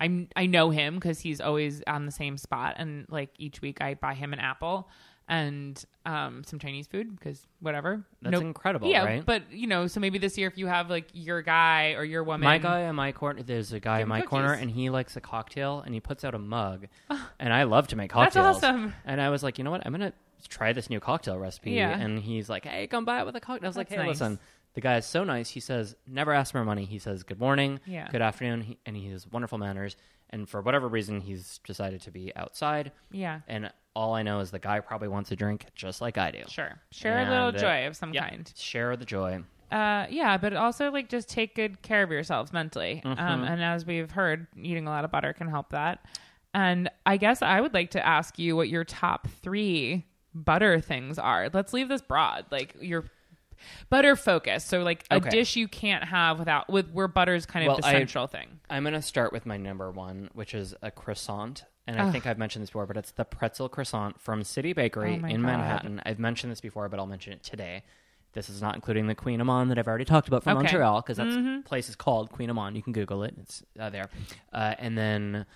I'm, I know him because he's always on the same spot, and like each week I buy him an apple and um, some Chinese food because whatever.
That's incredible,
yeah.
right?
But you know, so maybe this year if you have like your guy or your woman,
My guy in my corner, there's a guy in
him
my corner,
cookies.
and he likes a cocktail, and he puts out a mug,
<laughs>
and I love to make
That's
cocktails.
awesome.
And I was like, you know what? I'm gonna try this new cocktail recipe.
Yeah.
And he's like, hey, come buy it with a cocktail. I was like, hey,
That's nice.
listen. The guy is so nice. He says, never ask for money. He says, good morning,
Yeah.
good afternoon, he, and he has wonderful manners. And for whatever reason, he's decided to be outside.
Yeah.
And all I know is the guy probably wants a drink just like I do.
Sure. Share a little
And, uh,
joy of some
yep,
kind.
Share the joy.
Uh, yeah, but also like just take good care of yourselves mentally.
Mm-hmm.
Um, and as we've heard, eating a lot of butter can help that. And I guess I would like to ask you what your top three butter things are. Let's leave this broad, like your butter focus. So like a
Okay.
dish you can't have without with where butter's kind of
Well,
the
I-
central thing.
I'm going to start with my number one, which is a croissant. And I think I've mentioned this before, but it's the pretzel croissant from City Bakery
Oh my
in
God.
Manhattan. I've mentioned this before, but I'll mention it today. This is not including the Queen Amon that I've already talked about from
Okay. Mm-hmm.
Montreal, because that place is called Queen Amon. You can Google it; it's uh, there. Uh, and then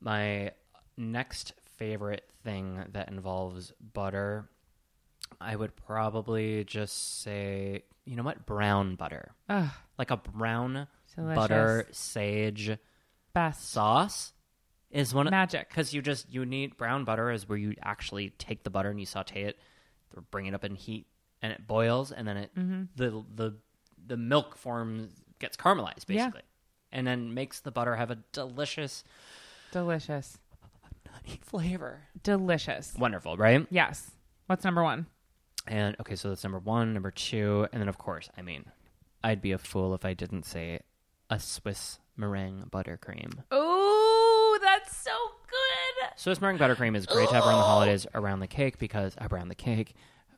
my next favorite thing that involves butter, I would probably just say, you know what, brown butter,
Ugh,
like a brown
Delicious.
butter sage
best.
sauce is one
Magic.
because you just you need brown butter is where you actually take the butter and you saute it or bring it up in heat and it boils and then it
Mm-hmm.
the the the milk forms gets caramelized basically
Yeah.
and then makes the butter have a delicious
Delicious.
flavor
Delicious.
wonderful right
Yes. What's number one?
and okay so that's number one number two and then of course i mean i'd be a fool if i didn't say a swiss meringue buttercream
Oh, that's so good.
Swiss meringue buttercream is great to have around the holidays, around the cake, because around the cake,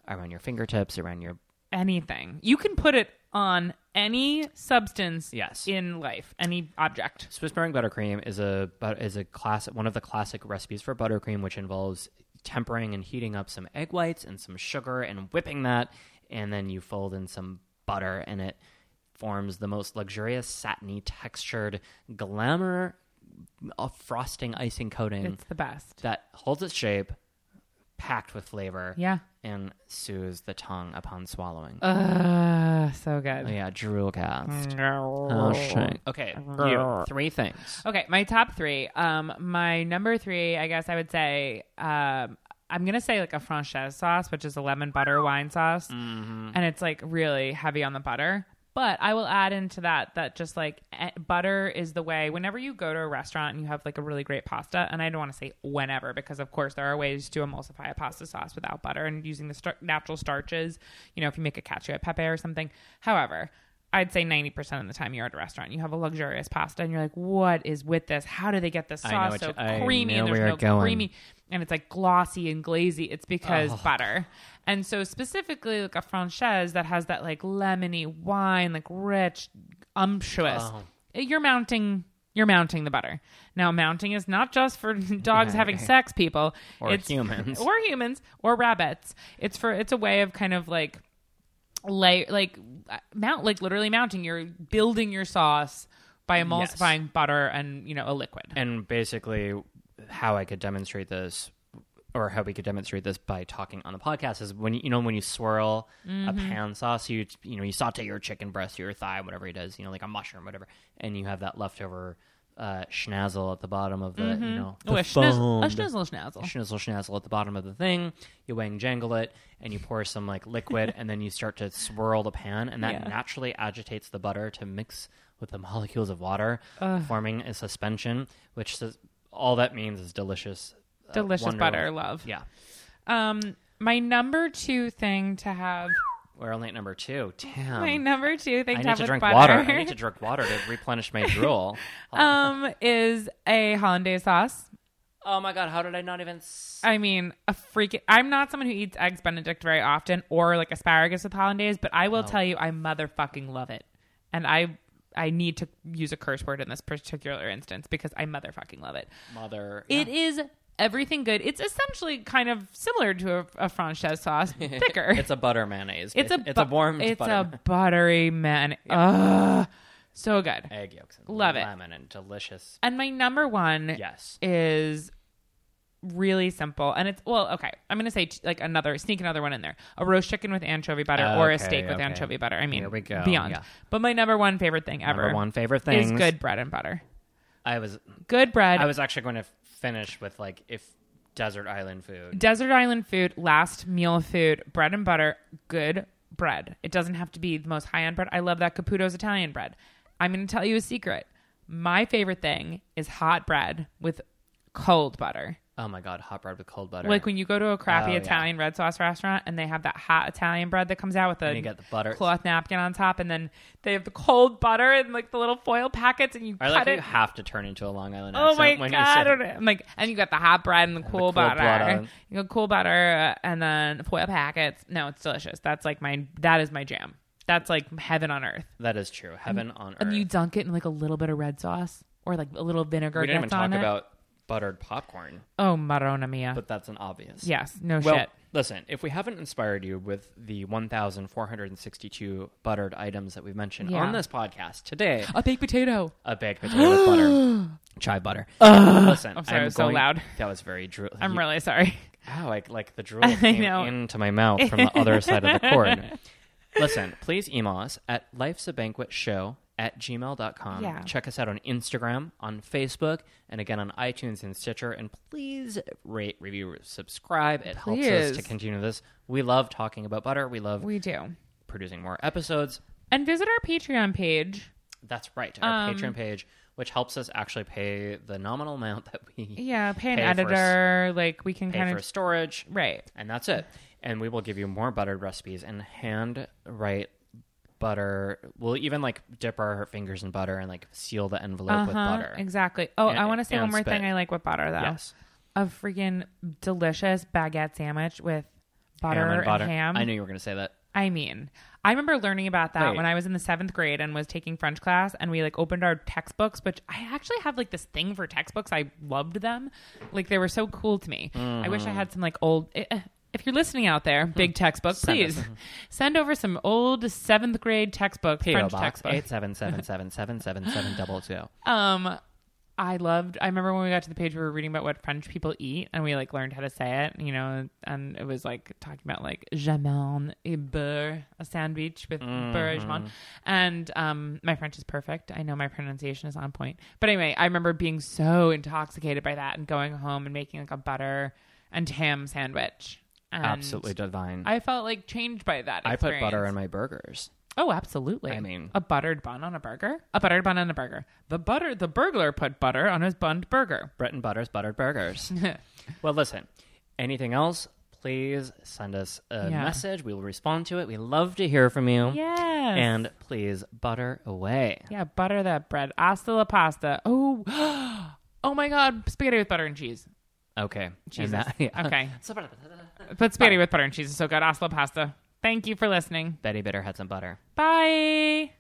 around your fingertips, around your
anything. You can put it on any substance
Yes.
in life, any object.
Swiss meringue buttercream is a but is a class one of the classic recipes for buttercream, which involves tempering and heating up some egg whites and some sugar and whipping that, and then you fold in some butter, and it forms the most luxurious, satiny, textured, glamour, uh, frosting, icing coating
It's the best.
that holds its shape, packed with flavor,
Yeah.
and soothes the tongue upon swallowing.
Uh, so
Oh,
good. Oh,
yeah, drool
Mm.
cast.
No.
Okay, you, three things.
Okay, my top three. Um, my number three, I guess I would say, um, I'm gonna say like a franchise sauce, which is a lemon butter wine sauce, and it's like really heavy on the butter. But I will add into that that just like eh, butter is the way. Whenever you go to a restaurant and you have like a really great pasta, and I don't want to say whenever because of course there are ways to emulsify a pasta sauce without butter and using the star- natural starches. You know, if you make a cacio e pepe or something. However, I'd say 90% of the time you're at a restaurant, you have a luxurious pasta and you're like, what is with this? How do they get this
I know
sauce
what
so
you- I
creamy and
know
there's
where
no
you're going.
creamy? And it's like glossy and glazy. It's because butter. And so specifically like a franchise that has that like lemony wine, like rich, umptuous.
Oh.
You're mounting you're mounting the butter. Now mounting is not just for <laughs> dogs having sex, people.
Or
it's <laughs>
humans.
Or humans. Or rabbits. It's for it's a way of kind of like lay like uh, mount like literally mounting you're building your sauce by emulsifying butter and you know a liquid
and basically how I could demonstrate this or how we could demonstrate this by talking on the podcast is when you you know when you swirl a
Mm-hmm.
pan sauce you you know you saute your chicken breast or your thigh whatever it is you know like a mushroom whatever and you have that leftover uh, schnazzle at the bottom of the you know the
oh, a, schniz- a
foamed-
schnizzle schnazzle
schnizzle schnazzle at the bottom of the thing. You wang jangle it, and you pour some
<laughs>
like liquid, and then you start to swirl the pan, and that
Yeah.
naturally agitates the butter to mix with the molecules of water, forming a suspension. Which says, all that means is delicious, uh,
delicious
wonderful-
butter love
Yeah,
um my number two thing to have
we're only at number two. Damn,
my number two thing
Um, I
to
need
have
to
with
drink
butter
water.
<laughs>
I need to drink water to replenish my drool.
um is a hollandaise sauce
oh my god, how did I not even? s-
I mean, a freaking. I'm not someone who eats eggs Benedict very often or like asparagus with hollandaise, but I will tell you, I motherfucking love it, and I I need to use a curse word in this particular instance because I motherfucking love it.
Mother,
It is everything good. It's essentially kind of similar to a, a franchise
<laughs>
sauce, thicker.
it's a butter mayonnaise.
it's a
it's a
bu-
warm
it's
butter. <laughs>
a buttery man. Ugh, so good.
egg yolks and
Love it.
lemon and delicious.
And my number one
Yes.
is really simple and it's well okay i'm gonna say t- like another sneak another one in there a roast chicken with anchovy butter or a
Okay,
steak with
okay.
anchovy butter i mean
Here we go,
beyond
yeah.
but my number one favorite thing ever
Number one favorite thing
is good bread and butter
I was
good bread
I was actually going to f- finish with like if desert island food.
desert island food last meal food bread and butter good bread it doesn't have to be the most high-end bread i love that caputo's italian bread i'm gonna tell you a secret my favorite thing is hot bread with cold butter
Oh my god, hot bread with cold butter.
Like when you go to a crappy
Oh, yeah.
Italian red sauce restaurant and they have that hot Italian bread that comes out with a
you get the butter.
cloth napkin on top, and then they have the cold butter and like the little foil packets, and you
I
cut
like how
it.
you have to turn into a Long Island.
oh
accent
my
when
god!
You say,
I don't know. I'm like, and you got the hot bread and the cool, butter.
butter.
You got cool butter uh, and then foil packets. No, it's delicious. That's like my that is my jam. That's like heaven on earth.
That is true. Heaven on earth.
And you dunk it in like a little bit of red sauce or like a little vinegar.
we didn't even
gets
talk
on it.
about buttered popcorn,
oh marona mia.
but that's an obvious.
yes, no
Well,
shit.
listen, if we haven't inspired you with the 1,462 buttered items that we've mentioned
Yeah.
on this podcast
<gasps>
today,
A baked potato.
a baked potato
<gasps>
with butter, chive butter. Listen,
I'm sorry, it was so
going-
loud.
That was very drool.
I'm
you-
really sorry.
Ow, Ah, like like
<laughs>
the drool came
know.
into my mouth from the other
<laughs>
side of the cord. Listen, please email us at life's a banquet show at gmail.com.
Yeah.
Check us out on Instagram, on Facebook, and again on iTunes and Stitcher. And please rate, review, subscribe. It helps us to
Please.
continue this. We love talking about butter. We love
<laughs> We do.
producing more episodes.
And visit our Patreon page.
That's right, our
Um,
Patreon page, which helps us actually pay the nominal amount that we
Yeah, pay an
Pay for
editor. like we can
pay
kind
for
of
storage.
right.
and that's it. And we will give you more buttered recipes and hand write butter. We'll even like dip our fingers in butter and like seal the envelope with
Uh-huh,
butter.
Exactly. Oh,
And-
I want to say
and
one more
spit.
thing. I like with butter though.
Yes,
A freaking delicious baguette sandwich with butter
ham and butter.
ham.
I knew you were going to say that.
I mean, I remember learning about that
Wait.
when I was in the seventh grade and was taking French class, and we like opened our textbooks, which I actually have like this thing for textbooks. I loved them, like they were so cool to me. I wish I
Mm-hmm.
had some like old. eh, eh, If you're listening out there, big
Hmm.
textbook, please
<laughs>
send over some old seventh grade textbook,
PO
French
box
textbook.
eight seven seven seven seven seven seven double two.
Um, I loved. I remember when we got to the page we were reading about what French people eat, and we like learned how to say it. You know, and it was like talking about like jamon et beurre, a sandwich with beurre
Mm-hmm.
jamon. And um, my French is perfect. I know my pronunciation is on point. But anyway, I remember being so intoxicated by that and going home and making like a butter. and ham sandwich. <laughs> And
Absolutely divine.
I felt like changed by that.
I put butter
experience.
on my burgers.
Oh, absolutely.
I mean-
a buttered bun on a burger. A buttered bun on a burger. The butter, the burglar put butter on his bunned burger.
Bread and butter's
<laughs>
buttered burgers. well, listen. Anything else? Please send us a
Yeah.
message. We will respond to it. We love to hear from you.
Yes.
And please butter away.
yeah, butter that bread. Asta la pasta. Oh, oh <gasps> my God, spaghetti with butter and cheese.
Okay. And
Jesus.
that- <laughs> yeah. Oh.
Okay, but spaghetti with butter and cheese is so good. Asta la pasta. Thank you for listening.
Betty Bitter had some butter.
Bye.